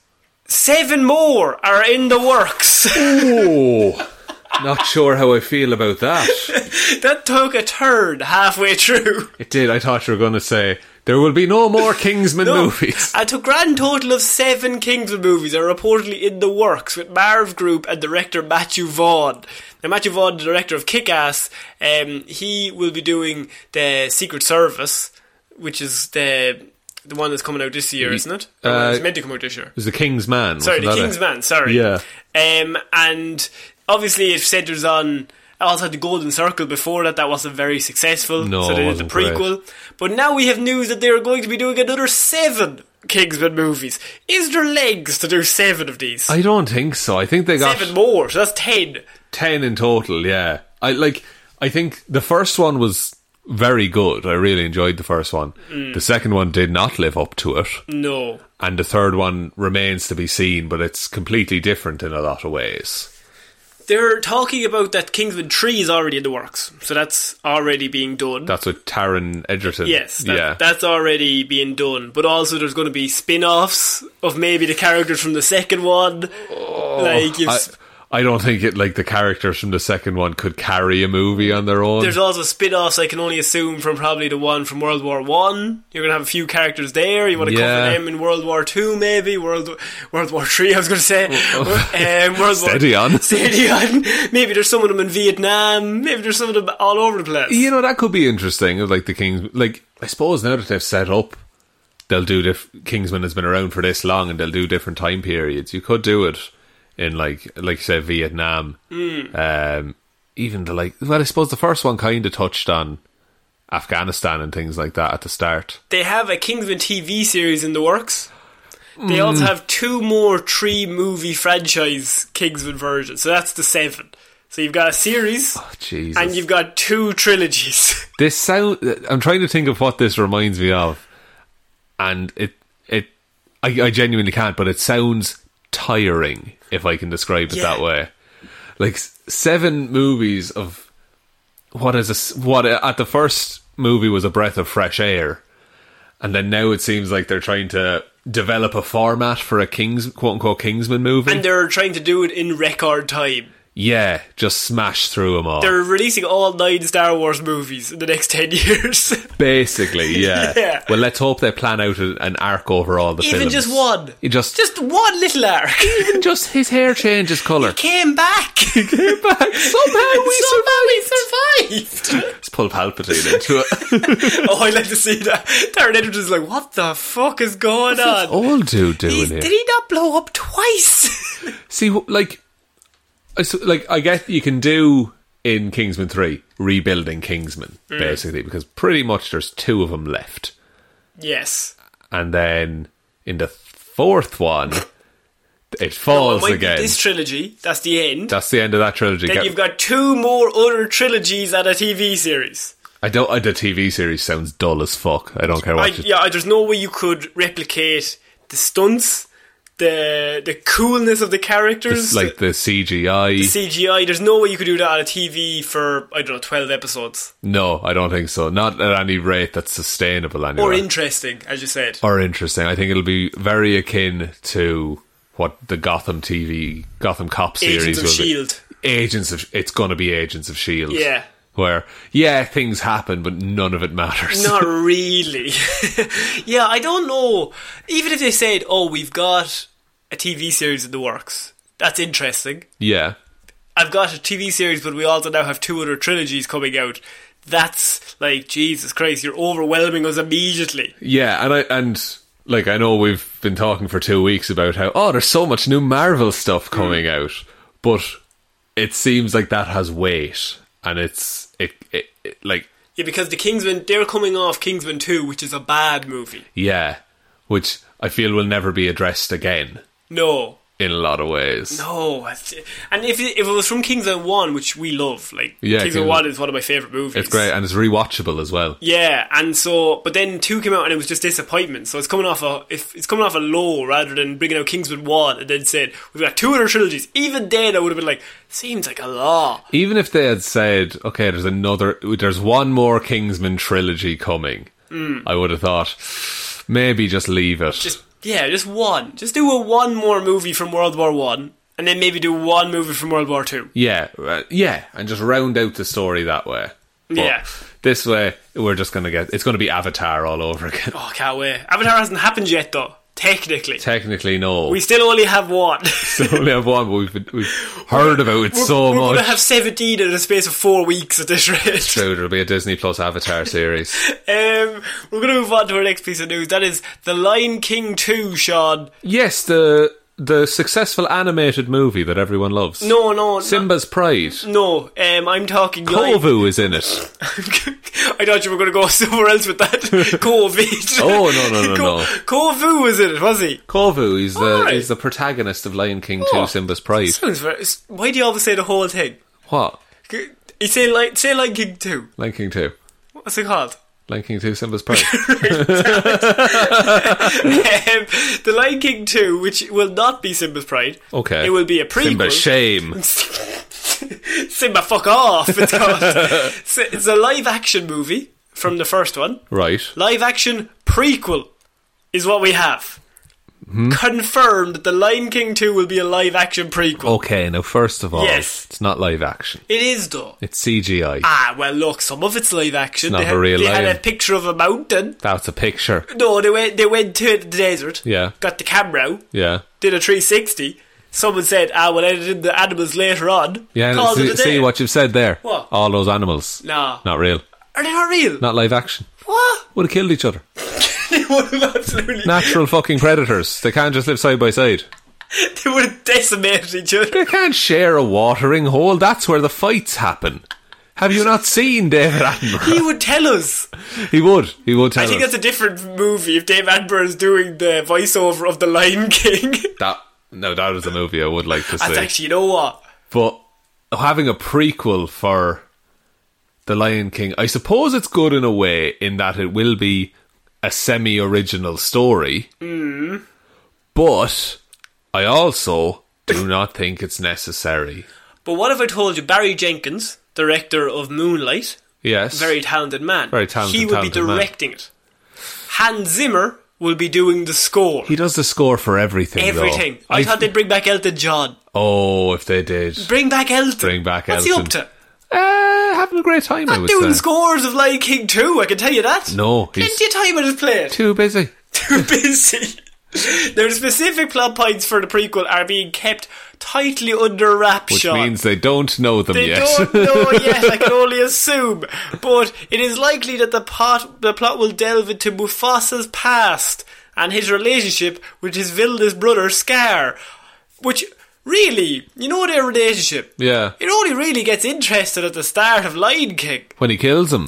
Seven more are in the works. Oh, not sure how I feel about that. that took a turn halfway through. It did. I thought you were going to say there will be no more Kingsman movies. A to- grand total of seven Kingsman movies are reportedly in the works with Marv Group and director Matthew Vaughn. Now, Matthew Vaughn, the director of Kick Ass, um, he will be doing the Secret Service, which is the the one that's coming out this year, isn't it? Or uh, it's meant to come out this year. It was the King's Man. Sorry, wasn't the that it? King's Man. Sorry. Yeah. Um, and obviously it centers on. I also had the Golden Circle before that. That wasn't very successful. No, so they it did the wasn't great. prequel. But now we have news that they are going to be doing another seven. Kingsman movies. Is there legs to do seven of these? I don't think so. I think they got seven more, so that's ten. ten in total. Yeah, I like. I think the first one was very good. I really enjoyed the first one. Mm. The second one did not live up to it, No. and the third one remains to be seen. But it's completely different in a lot of ways. They're talking about that Kingsman 3 is already in the works, so that's already being done. That's with Taron Egerton. Yes, that, yeah. that's already being done. But also, there's going to be spin offs of maybe the characters from the second one. like, you've, Oh. I, I don't think it like the characters from the second one could carry a movie on their own. there's also spin offs, I can only assume, from probably the one from World War One. You're going to have a few characters there. You want to Yeah. cover them in World War Two, maybe? World World War Three, I was going to say. um, World Oh. Steady War, on. Steady on. Maybe there's some of them in Vietnam. Maybe there's some of them all over the place. You know that could be interesting. of, Like the Kings, like I suppose now that they've set up, they'll do. Diff- Kingsman has been around for this long, and they'll do different time periods. You could do it in like, like you said, Vietnam. Hmm. Um, even the like. Well, I suppose the first one kind of touched on Afghanistan and things like that at the start. they have a Kingsman TV series in the works. They Hmm. also have two more three movie franchise Kingsman versions, so that's the seven. So you've got a series, Oh, Jesus. and you've got two trilogies. This sound. I'm trying to think of what this reminds me of, and it it I, I genuinely can't. But it sounds tiring if I can describe it Yeah. that way. Like s- seven movies of what is a s what a- at the first movie was a breath of fresh air, and then now it seems like they're trying to develop a format for a Kings quote unquote Kingsman movie. and they're trying to do it in record time. yeah, just smash through them all. They're releasing all nine Star Wars movies in the next ten years. Basically, yeah. Yeah. Well, let's hope they plan out a- an arc over all the Even films. just one. You just, just Just one little arc. even just his hair changes colour. Came back. Came back somehow we Somehow we survived. Let's pull Palpatine into it. oh, I like to see that. Taron Egerton's like, what the fuck is going on? All dude doing He's- here. Did he not blow up twice? See, wh- like, I s- like I guess you can do in Kingsman Three rebuilding Kingsman Mm. basically because pretty much there's two of them left, yes. and then in the fourth one it falls might again. Be this trilogy, that's the end. That's the end of that trilogy. then Get- you've got two more other trilogies and a TV series. I don't. I, the TV series sounds dull as fuck. I don't care I, what. you- yeah, I- there's no way you could replicate the stunts, the the coolness of the characters, It's like the CGI. CGI. There's no way you could do that on a TV for I don't know twelve episodes no, I don't think so. Not at any rate that's sustainable anyway. or interesting, as you said. Or interesting. I think it'll be very akin to what the Gotham TV, Gotham Cop series Agents of will be. Shield. Agents of. It's going to be Agents of Shield. E Yeah. E Where yeah, things happen, but none of it matters. Not really. yeah, I don't know. Even if they said, "Oh, we've got a TV series in the works," that's interesting. yeah. I've got a TV series, but we also now have two other trilogies coming out. That's like Jesus Christ! You're overwhelming us immediately. Yeah, and I and like I know we've been talking for two weeks about how oh there's so much new Marvel Mm. stuff coming out, but it seems like that has weight, and it's it, it, it like Yeah, because the Kingsman they're coming off Kingsman Two, which is a bad movie. yeah, which I feel will never be addressed again No. in a lot of ways. No, it's- and if it, if it was from Kingsman One, which we love, like Yeah, Kingsman Kingsman- One is one of my favorite movies. It's great and it's rewatchable as well. Yeah, and so but then two came out and it was just disappointment. So it's coming off a if it's coming off a low rather than bringing out Kingsman one and then said we've got two other trilogies. Even then, I would have been like, seems like a lot. Even if they had said, okay, there's another, there's one more Kingsman trilogy coming, I would have thought maybe just leave it. Mm. Just yeah, just one. Just do a one more movie from World War One, and then maybe do one movie from World War Two. Yeah, uh, yeah, and just round out the story that way. But Yeah. This way, we're just going to get. It's going to be Avatar all over again. Oh, can't wait. Avatar hasn't happened yet though. Technically, Technically, no. we We still only have one. only have one, but we've, we've heard about it so we're much. gonna have seventeen in the space of four weeks at this rate. True, there'll be a Disney Plus Avatar series. Um, we're going to move on to our next piece of news. That is The Lion King 2, Sean. yes, the the successful animated movie that everyone loves. No, no, no. Simba's Pride. No, um, I'm talking live. Kovu is in it. I thought you were going to go somewhere else with that. Covid. Oh, no, no, no, no. Kovu was in it, was he? Kovu is the Alright. is the protagonist of Lion King 2 Oh. Simba's Pride. Sounds very. s- Why do you always say the whole thing? What? C- You say like say like gig two. Lion King 2. What's it called? Lion King 2 Simba's Pride. um, the Lion King two, which will not be Simba's Pride. Okay. It will be a prequel. Simba shame. Simba, fuck off! It's called. it's, a, it's a live action movie from the first one. Right. Live action prequel is what we have. Hmm? Confirmed that the Lion King 2 will be a live action prequel. Okay, now first of all, Yes. it's not live action. It is, though. It's CGI. Ah, well, look, some of it's live action. It's not they a had, real they had lion. a picture of a mountain. That's a picture. No, they went, they went to the desert, Yeah. got the camera out, Yeah. did a 360. Someone said, ah, we'll edit in the animals later on. Yeah, Called see, it a day. see what you've said there. What? All those animals. Nah. Not real. Are they not real? Not live action. What? Would have killed each other. they would have absolutely... Natural fucking predators. They can't just live side by side. They would have decimated each other. They can't share a watering hole. That's where the fights happen. Have you not seen David He Attenborough? would tell us. He would. He would tell I think us. that's a different movie if Dave Attenborough is doing the voiceover of The Lion King. that. No, that is a movie I would like to That's see. actually, you know what? But having a prequel for The Lion King, I suppose it's good in a way in that it will be a semi original story. Mm. But I also do not think it's necessary. But what if I told you Barry Jenkins, director of Moonlight, Yes. very talented man, Very talented, he will be talented man. directing it. Hans Zimmer will be doing the score. he does the score for everything. though. Everything. I, thought they'd bring back Elton John. Oh, if they did. Bring back Elton. Bring back What's Elton. he up Uh, having a great time, to? I Not would doing say. scores of Lion King 2, I can tell you that. No, he's Plenty of time on his plate. too busy. too busy. Their specific plot points for the prequel are being kept tightly under wraps. Which Sean. means they don't know them they yet. don't know yet. I can only assume, but it is likely that the plot the plot will delve into Mufasa's past and his relationship with his villainous brother Scar, which. Really, you know their relationship. Yeah. It only really gets interested at the start of Lion King. when he kills them.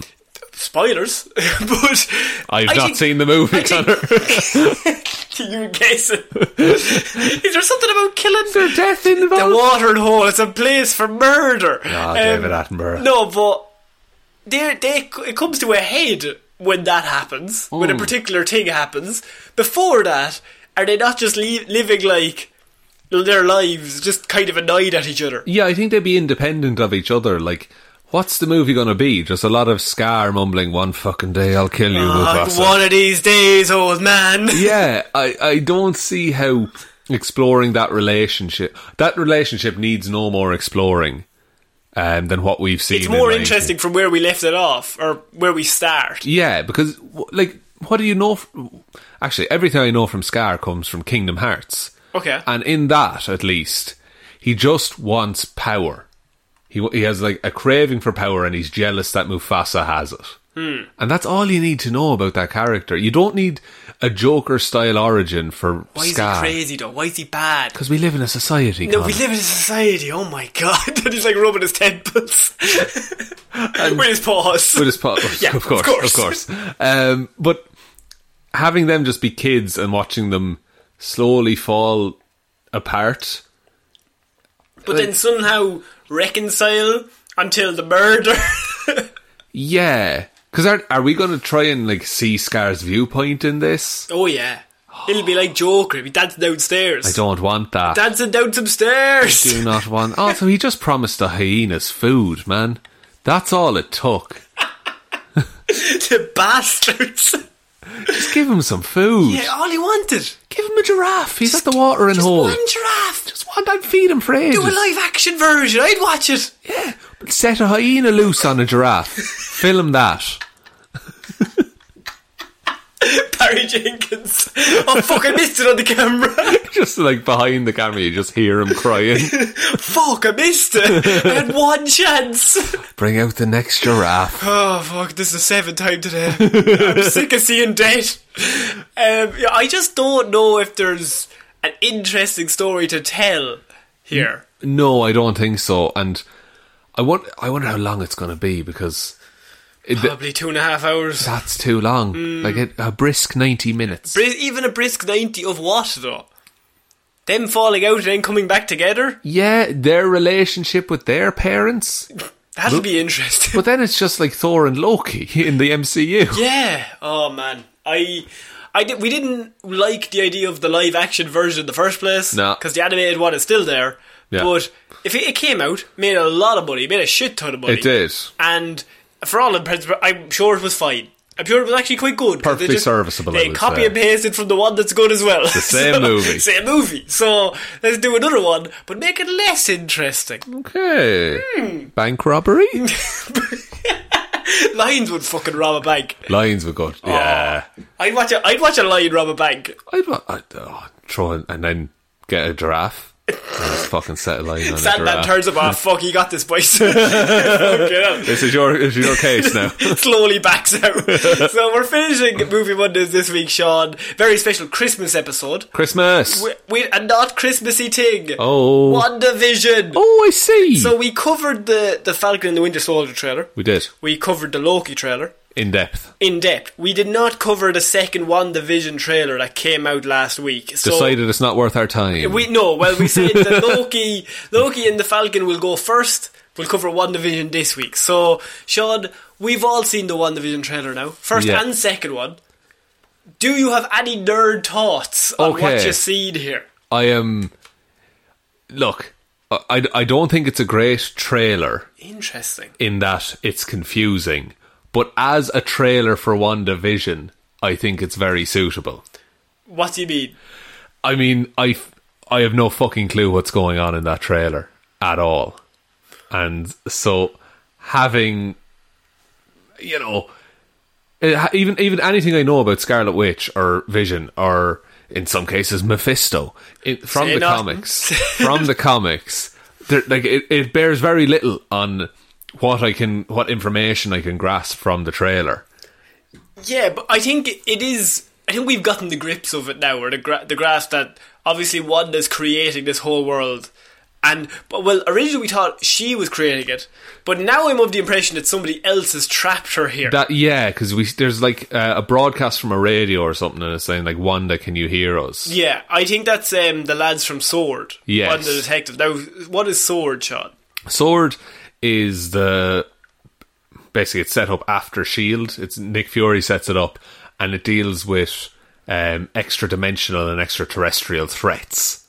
Spoilers, but I've I not think- seen the movie, I think- Connor. you guess it. Is there something about killing? Is there death involved? The watering hole. It's a place for murder. Um, Ah, David Attenborough. No, but there, they, it comes to a head when that happens. When Hmm. a particular thing happens. Before that, are they not just li- living like their lives, just kind of annoyed at each other? Yeah, I think they'd be independent of each other. Like, what's the movie going to be? Just a lot of Scar mumbling, one fucking day I'll kill you, Ah, Mufasa." one of these days, old man. Yeah, I, I don't see how exploring that relationship. That relationship needs no more exploring um, than what we've seen. It's in more Lion interesting from where we left it off, or where we start. King. Yeah, because, w- like, what do you know? F- Actually, everything I know from Scar comes from Kingdom Hearts. Okay. And in that, at least, he just wants power. He he has like a craving for power, and he's jealous that Mufasa has it. Hmm. And that's all you need to know about that character. You don't need a Joker style origin for Why is he Scar crazy though? Why is he bad? because we live in a society. No, we Conor. live in a society. Oh my god! and he's like rubbing his temples with his paws. With his pa- Yeah, of course, of course. of course. Um, but having them just be kids and watching them slowly fall apart. but then somehow reconcile until the murder. Yeah. Because are, are we going to try and like see Scar's viewpoint in this? oh yeah, it'll be like Joker. He'll be dancing downstairs. I don't want that. dancing down some stairs. do not want. Also, he just promised the hyenas food, man. That's all it took. the bastards. Just give him some food. Yeah, all he wanted. Give him a giraffe. He's at the watering Just hole. one giraffe. Just Just one. I'd feed him for ages. do a live action version. I'd watch it. Yeah. Set a hyena loose on a giraffe. Film that. Barry Jenkins. Oh fuck! I missed it on the camera. Just like behind the camera, you just hear him crying. fuck! I missed it. I had one chance. Bring out the next giraffe. Oh fuck! This is the seventh time today. I'm sick of seeing death. Um, yeah, I just don't know if there's an interesting story to tell here. No, I don't think so. And I want, I wonder how long it's going to be because it, Probably two and a half hours. that's too long. Mm. Like it, a brisk ninety minutes. Bri- even a brisk 90 of what, though? Them falling out and then coming back together? yeah, their relationship with their parents. That'll be interesting. But then it's just like Thor and Loki in the MCU. Yeah. Oh man, I, I did. We didn't like the idea of the live action version in the first place. No. Because the animated one is still there. Yeah. But if it, it came out, made a lot of money, made a shit ton of money. It did. And for all intents, and purposes, I'm sure it was fine. I'm sure it was actually quite good. 'cause they Perfectly serviceable, I They would copy say. and paste it from the one that's good as well. The same movie. Same movie. So let's do another one, but make it less interesting. Okay. Hmm. Bank robbery? Lions would fucking rob a bank. Lions were good. Yeah. I'd watch a I'd watch a lion rob a bank. I'd, wa- I'd oh, throw in and then get a giraffe. And just fucking set a line on a Sandman giraffe. turns up. Ah, fuck, he got this bison. Fucking hell. this is your this is your case now. Slowly backs out. so we're finishing Movie Mondays this week, Sean. Very special Christmas episode. Christmas. We, we a not Christmassy thing. Oh. WandaVision. Oh, I see. So we covered the the Falcon and the Winter Soldier trailer. we did We covered the Loki trailer in depth. in depth. We did not cover the second WandaVision trailer that came out last week. So Decided it's not worth our time. We no, well we said that Loki Loki and the Falcon will go first. We'll cover one division this week. So Sean, we've all seen the one division trailer now. First Yeah. and second one. Do you have any nerd thoughts on what Okay. you seen here? I am. Look, I, I I don't think it's a great trailer Interesting. in that it's confusing, but as a trailer for WandaVision, I think it's very suitable. What do you mean? I mean, I, f- I have no fucking clue what's going on in that trailer at all. And so having, you know, it ha- even even anything I know about Scarlet Witch or Vision or in some cases Mephisto it, from Say the nothing. comics, from the comics, there- like it, it bears very little on what I can, what information I can grasp from the trailer. Yeah, but I think it is. I think we've gotten the grips of it now, or the gra- the grasp that obviously Wanda's creating this whole world, and but well, originally we thought she was creating it, but now I'm of the impression that somebody else has trapped her here. That yeah, because we there's like uh, a broadcast from a radio or something, and it's saying like Wanda, can you hear us? yeah, I think that's um, the lads from Sword. Yes. Wanda detective. Now, what is Sword, Sean? Sword is the basically it's set up after Shield. E It's Nick Fury sets it up, and it deals with um, extra dimensional and extraterrestrial threats.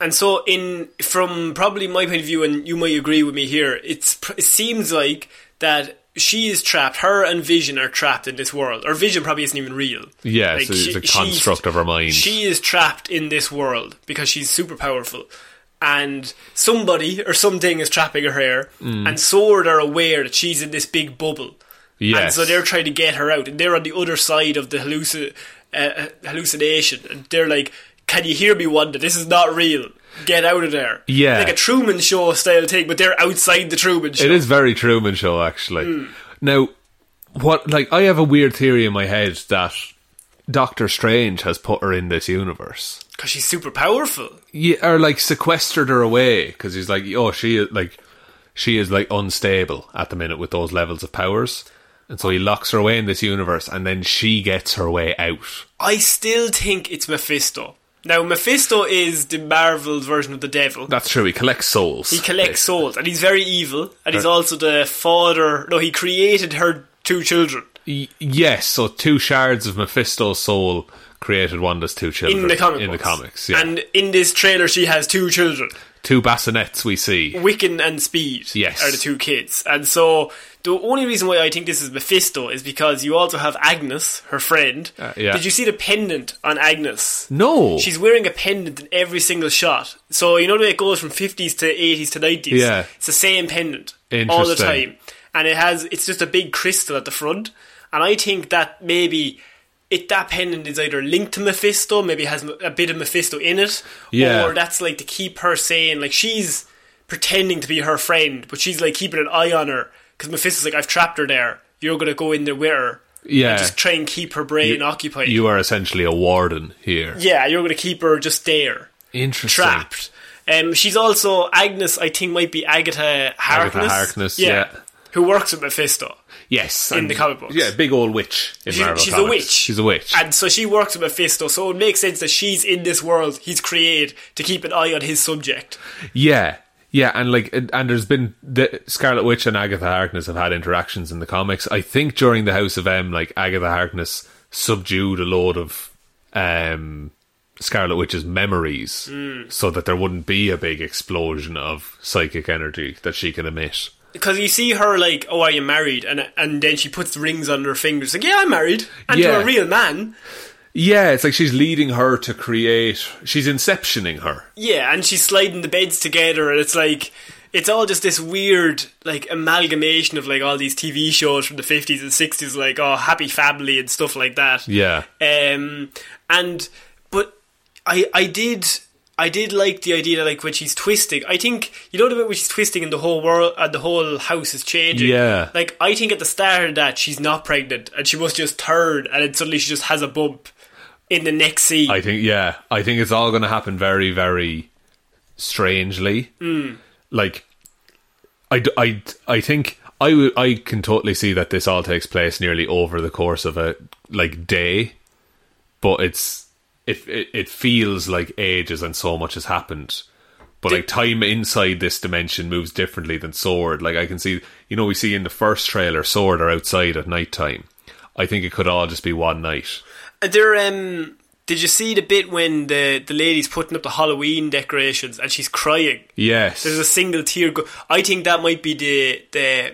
And so, in from probably my point of view, and you might agree with me here, it's pr- it seems like that she is trapped. Her and Vision are trapped in this world, or Vision probably isn't even real. Yeah, Like, so it's she- a she's- construct of her mind. She is trapped in this world because she's super powerful, and somebody or something is trapping her here. Mm. And Sword are aware that she's in this big bubble. And Yes. so they're trying to get her out, and they're on the other side of the halluci- uh, hallucination, and they're like, "Can you hear me, Wanda? This is not real. Get out of there." Yeah. like a Truman Show style thing, but they're outside the Truman Show. It is very Truman Show, actually. Now, what like I have a weird theory in my head that Doctor Strange has put her in this universe. because she's super powerful. yeah, or like sequestered her away because he's like, oh, she is like, she is like unstable at the minute with those levels of powers, and so he locks her away in this universe, and then she gets her way out. I still think it's Mephisto. Now, Mephisto is the Marvel version of the devil. That's true. He collects souls. He collects souls, and he's very evil, and he's also the father. No, he created her two children Y- yes, so two shards of Mephisto's soul created Wanda's two children in the comic In the books. comics, yeah. And in this trailer, she has two children, two bassinets we see. Wiccan and Speed. Yes. are the two kids, and so the only reason why I think this is Mephisto is because you also have Agnes, her friend. Uh, yeah. Did you see the pendant on Agnes? No, She's wearing a pendant in every single shot. So you know the way it goes from fifties to eighties to nineties. Yeah. it's the same pendant all the Interesting. time, and it has it's just a big crystal at the front. And I think that maybe it that pendant is either linked to Mephisto, maybe has a bit of Mephisto in it, Yeah. or that's like to keep her saying like she's pretending to be her friend, but she's like keeping an eye on her because Mephisto's like I've trapped her there. You're gonna go in there with her. Yeah. and just try and keep her brain occupied. You are essentially a warden here. yeah, you're going to keep her just there, Interesting. trapped. Um, she's also Agnes. I think might be Agatha Harkness. Agatha Harkness, yeah. who works with Mephisto. Yes. In and- the comic books. Yeah, big old witch in She- Marvel she's a comics. witch. She's a witch. And so she works with Mephisto, so it makes sense that she's in this world he's created to keep an eye on his subject. Yeah, yeah, and like, and and there's been the Scarlet Witch and Agatha Harkness have had interactions in the comics. I think during the House of M, like Agatha Harkness subdued a load of um, Scarlet Witch's memories, so that there wouldn't be a big explosion of psychic energy that she can emit. Because you see her like, oh, are you married? And and then she puts rings on her fingers, like, yeah, I'm married, and Yeah. to a real man. Yeah, it's like she's leading her to create. She's inceptioning her. Yeah, and she's sliding the beds together, and it's like, it's all just this weird like amalgamation of like all these TV shows from the fifties and sixties, like oh, Happy Family and stuff like that. Yeah. Um, and but I I did I did like the idea that like when she's twisting, I think you know the bit when she's twisting and the whole world and the whole house is changing. Yeah. Like I think at the start of that she's not pregnant and she must just turn and then suddenly she just has a bump in the next scene. I think yeah, I think it's all going to happen very very strangely. Hmm. Like I d- I d- I think I w- I can totally see that this all takes place nearly over the course of a like day, but it's it it, it feels like ages and so much has happened. But like time inside this dimension moves differently than Sword. Like I can see, you know, we see in the first trailer, Sword are outside at night time. I think it could all just be one night. There, um, did you see the bit when the the lady's putting up the Halloween decorations and she's crying? Yes, There's a single tear. Go- I think that might be the the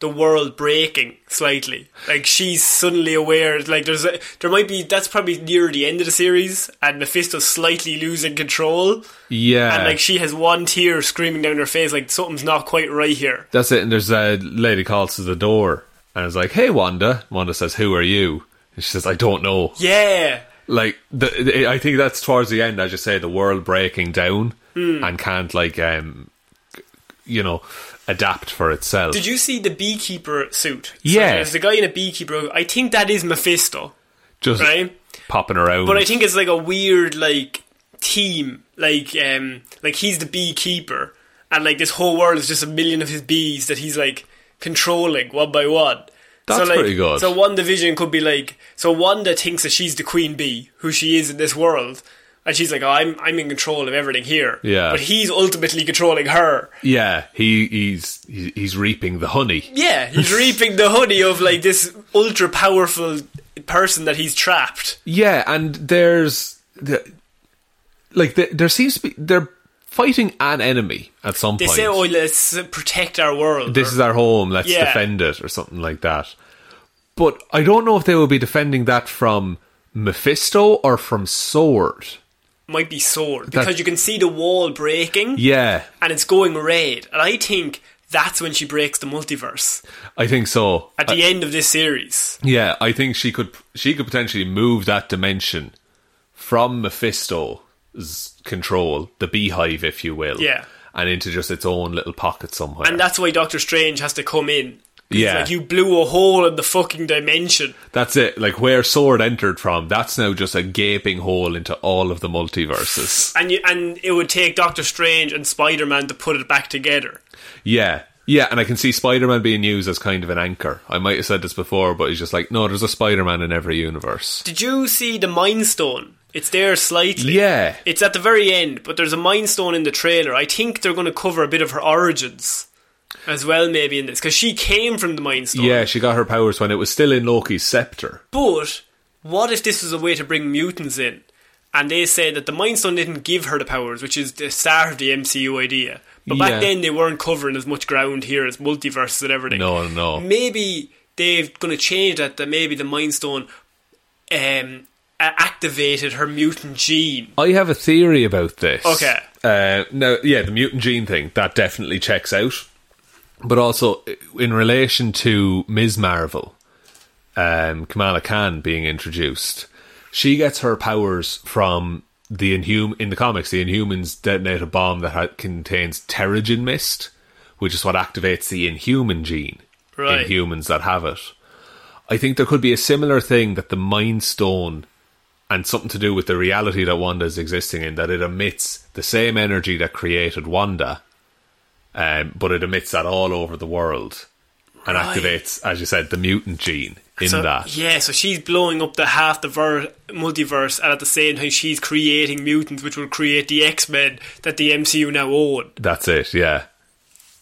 the world breaking slightly. Like she's suddenly aware. Like there's a, there might be that's probably near the end of the series, and Mephisto's slightly losing control, yeah, and like she has one tear screaming down her face, like something's not quite right here. That's it. And there's a lady calls to the door and is like, "Hey, Wanda." Wanda says, "Who are you?" And she says, "I don't know." Yeah, Like, the, the- I think that's towards the end. As you say, the world breaking down Hmm. and can't like, um, you know, adapt for itself. did you see the beekeeper suit? So Yeah. there's the guy in a beekeeper. I think that is Mephisto, Just right? popping around. But I think it's like a weird like team, like um, like he's the beekeeper, and like this whole world is just a million of his bees that he's like controlling one by one. That's like, pretty good. So one division could be like so Wanda thinks that she's the queen bee, who she is in this world, and she's like, oh, I'm I'm in control of everything here. Yeah. But he's ultimately controlling her. yeah, he, he's he- he's reaping the honey. Yeah, he's reaping the honey of like this ultra powerful person that he's trapped. Yeah, and there's the, like the, there seems to be they're fighting an enemy at some They point. say, oh, let's protect our world. this or- is our home, let's Yeah. defend it, or something like that. But I don't know if they will be defending that from Mephisto or from Sword. might be sore because you can see the wall breaking Yeah, and it's going red. And I think that's when she breaks the multiverse I think so. at the end of this series. Yeah, I think she could she could potentially move that dimension from Mephisto's control, the beehive, if you will. Yeah. And into just its own little pocket somewhere. And that's why Doctor Strange has to come in. He's Yeah. Like, you blew a hole in the fucking dimension. that's it. Like where Sword entered from, that's now just a gaping hole into all of the multiverses. And, you, and it would take Doctor Strange and Spider Man to put it back together. Yeah. Yeah, and I can see Spider Man being used as kind of an anchor. I might have said this before, but he's just like, no, there's a Spider Man in every universe. Did you see the Mind Stone? It's there slightly. Yeah. It's at the very end, but there's a Mind Stone in the trailer. I think they're going to cover a bit of her origins as well, maybe in this, because she came from the Mind Stone. Yeah, she got her powers when it was still in Loki's scepter. But what if this was a way to bring mutants in? And they said that the Mind Stone didn't give her the powers, which is the start of the MCU idea. But back Yeah. then they weren't covering as much ground here as multiverses and everything. No, no. Maybe they're going to change that. That maybe the Mind Stone um, a- activated her mutant gene. I have a theory about this. Okay. Uh, now, yeah, the mutant gene thing that definitely checks out, but also in relation to Ms. Marvel, um, Kamala Khan being introduced, she gets her powers from the Inhum in the comics. The Inhumans detonate a bomb that ha- contains terrigen mist, which is what activates the Inhuman gene Right. in humans that have it. I think there could be a similar thing that the Mind Stone and something to do with the reality that Wanda is existing in, that it emits the same energy that created Wanda, um, but it emits that all over the world and Right. activates, as you said, the mutant gene in so, that. Yeah, so she's blowing up the half the ver- multiverse, and at the same time, she's creating mutants, which will create the X Men that the MCU now own, That's it, yeah.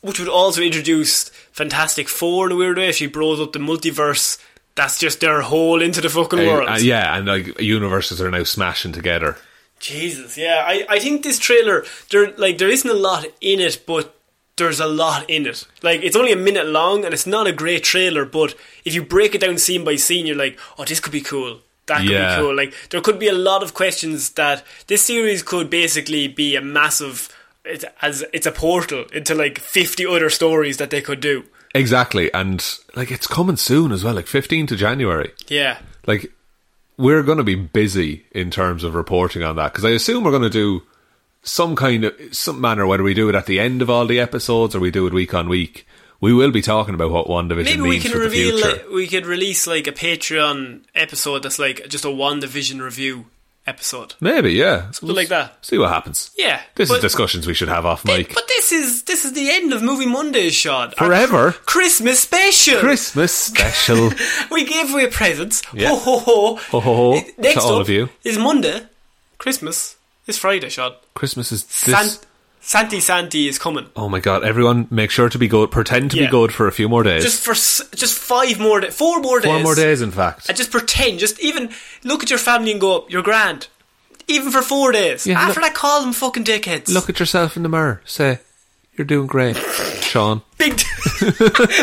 which would also introduce Fantastic Four in a weird way. If she blows up the multiverse, that's just their hole into the fucking world. Uh, uh, yeah, and like universes are now smashing together. Jesus, yeah, I, I think this trailer there like there isn't a lot in it, but there's a lot in it. Like it's only a minute long, and it's not a great trailer. But if you break it down scene by scene, you're like, oh, this could be cool. That could Yeah. be cool. Like there could be a lot of questions that this series could basically be a massive. It's as it's a portal into like fifty other stories that they could do. Exactly, and like it's coming soon as well, like 15th of January. Yeah, Like we're going to be busy in terms of reporting on that because I assume we're going to do some kind of some manner whether we do it at the end of all the episodes or we do it week on week. We will be talking about what one division maybe we means can for the reveal. future. Like, we could release like a Patreon episode that's like just a one division review episode. maybe, yeah, Something like that. See what happens. Yeah, This but- is discussions we should have off Thi- mic. But this is this is the end of Movie Mondays, Sean. Our Forever. cr- Christmas special. Christmas special. we gave away presents. Yeah. Ho ho ho. Ho, ho, ho, I- Next to all up of you. is Monday. Christmas is Friday, Sean. Christmas is this. Sant- Santi Santi is coming. oh my god! Everyone, make sure to be good. Pretend to Yeah. be good for a few more days. Just for s- just five more days, four more days, Four more days, in fact. And just pretend. Just even look at your family and go, "You're grand." Even for four days. Yeah, After look- that, call them fucking dickheads. Look at yourself in the mirror. Say, "You're doing great, Sean." big d-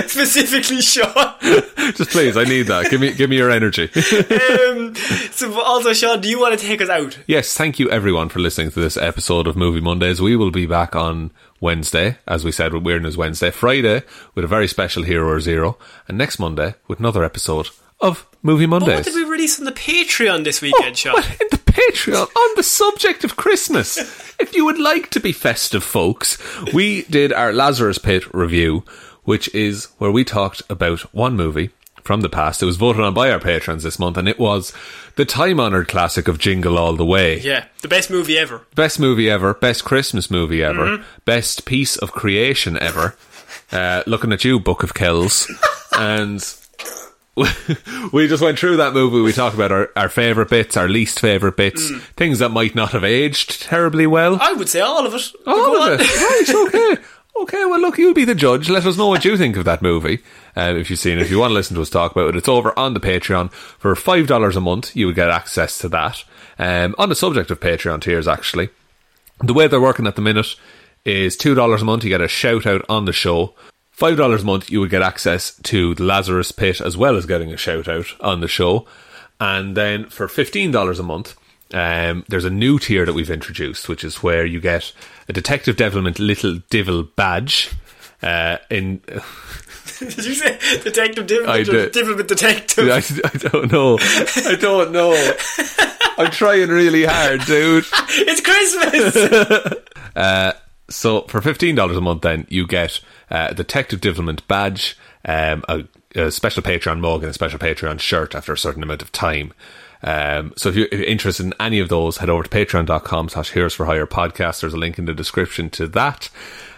specifically, Sean. Just please, I need that. Give me, give me your energy. um, so but also, Sean, do you want to take us out? yes, thank you everyone for listening to this episode of Movie Mondays. We will be back on Wednesday, as we said with Weird News Wednesday, Friday with a very special Hero or Zero, and next Monday with another episode of Movie But what Mondays. did we release on the Patreon this Oh, weekend, Sean? Well, in the Patreon, on the subject of Christmas, if you would like to be festive, folks, we did our Lazarus Pit review, which is where we talked about one movie from the past. It was voted on by our patrons this month, and it was the time honoured classic of Jingle All the Way. Yeah, the best movie ever. Best movie ever, best Christmas movie ever, Mm-hmm. best piece of creation ever. Uh, looking at you, Book of Kells. and we- we just went through that movie. We talked about our, our favourite bits, our least favourite bits, Mm. things that might not have aged terribly well. I would say all of it. All Oh, Go of on. it. Right, okay. Okay, well, look, you'll be the judge. Let us know what you think of that movie. Um, if you've seen it, if you want to listen to us talk about it, it's over on the Patreon. For $5 a month, you would get access to that. Um, on the subject of Patreon tiers, actually, the way they're working at the minute is $2 a month, you get a shout out on the show. $5 a month, you would get access to the Lazarus Pit as well as getting a shout out on the show. And then for $15 a month, um, there's a new tier that we've introduced, which is where you get a Detective Devilment Little Devil badge. Uh, in Did you say Detective Div- I did. Different Detective? I, I don't know. I don't know. I'm trying really hard, dude. It's Christmas! So for fifteen dollars a month, then you get uh, a Detective Development badge, um, a, a special Patreon mug, and a special Patreon shirt after a certain amount of time. Um, so if you're, if you're interested in any of those, head over to patreon.com slash heroes for hire podcast. There's a link in the description to that.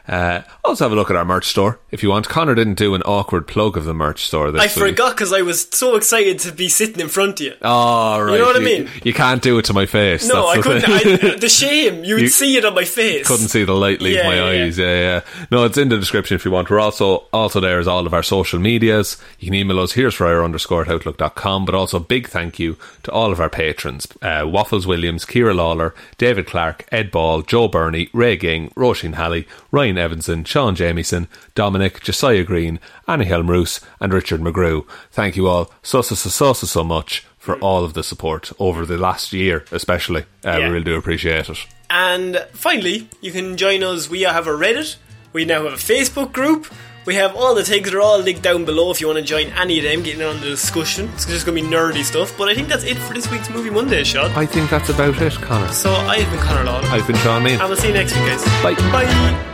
Uh, also have a look at our merch store if you want. Connor didn't do an awkward plug of the merch store this I week. forgot because I was so excited to be sitting in front of you. Oh, right. You know what I mean? You can't do it to my face. no, I That's the couldn't. thing. I, the shame, you'd You- see it on my face. couldn't see the light leave Yeah, my yeah, yeah. eyes. Yeah, yeah. No, it's in the description if you want. We're also also there is all of our social medias. You can email us here's fryer underscore at outlook.com. But also big thank you to all of our patrons. Uh, Waffles Williams, Kira Lawler, David Clark, Ed Ball, Joe Burney, Ray Ging, Roisin Halley, Ryan Evanson, Sean Jamieson, Dominic, Josiah Green, Annie Helmroos, and Richard McGrew. Thank you all so so so so so, so much for all of the support over the last year, especially. Uh, Yeah. We really do appreciate it. And finally, you can join us. We have a Reddit. We now have a Facebook group. We have all the things that are all linked down below if you want to join any of them, getting in on the discussion. It's just going to be nerdy stuff. But I think that's it for this week's Movie Monday, Sean. I think that's about it, Connor. So I have been Connor Law. I've been Sean Mean. And we'll see you next week, guys. Bye. Bye.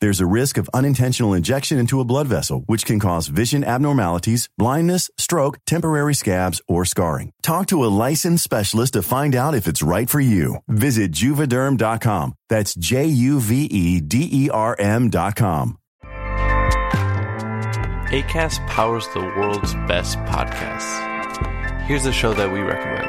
There's a risk of unintentional injection into a blood vessel, which can cause vision abnormalities, blindness, stroke, temporary scabs, or scarring. Talk to a licensed specialist to find out if it's right for you. Visit juvederm.com. That's J U V E D E R M.com. ACAST powers the world's best podcasts. Here's a show that we recommend.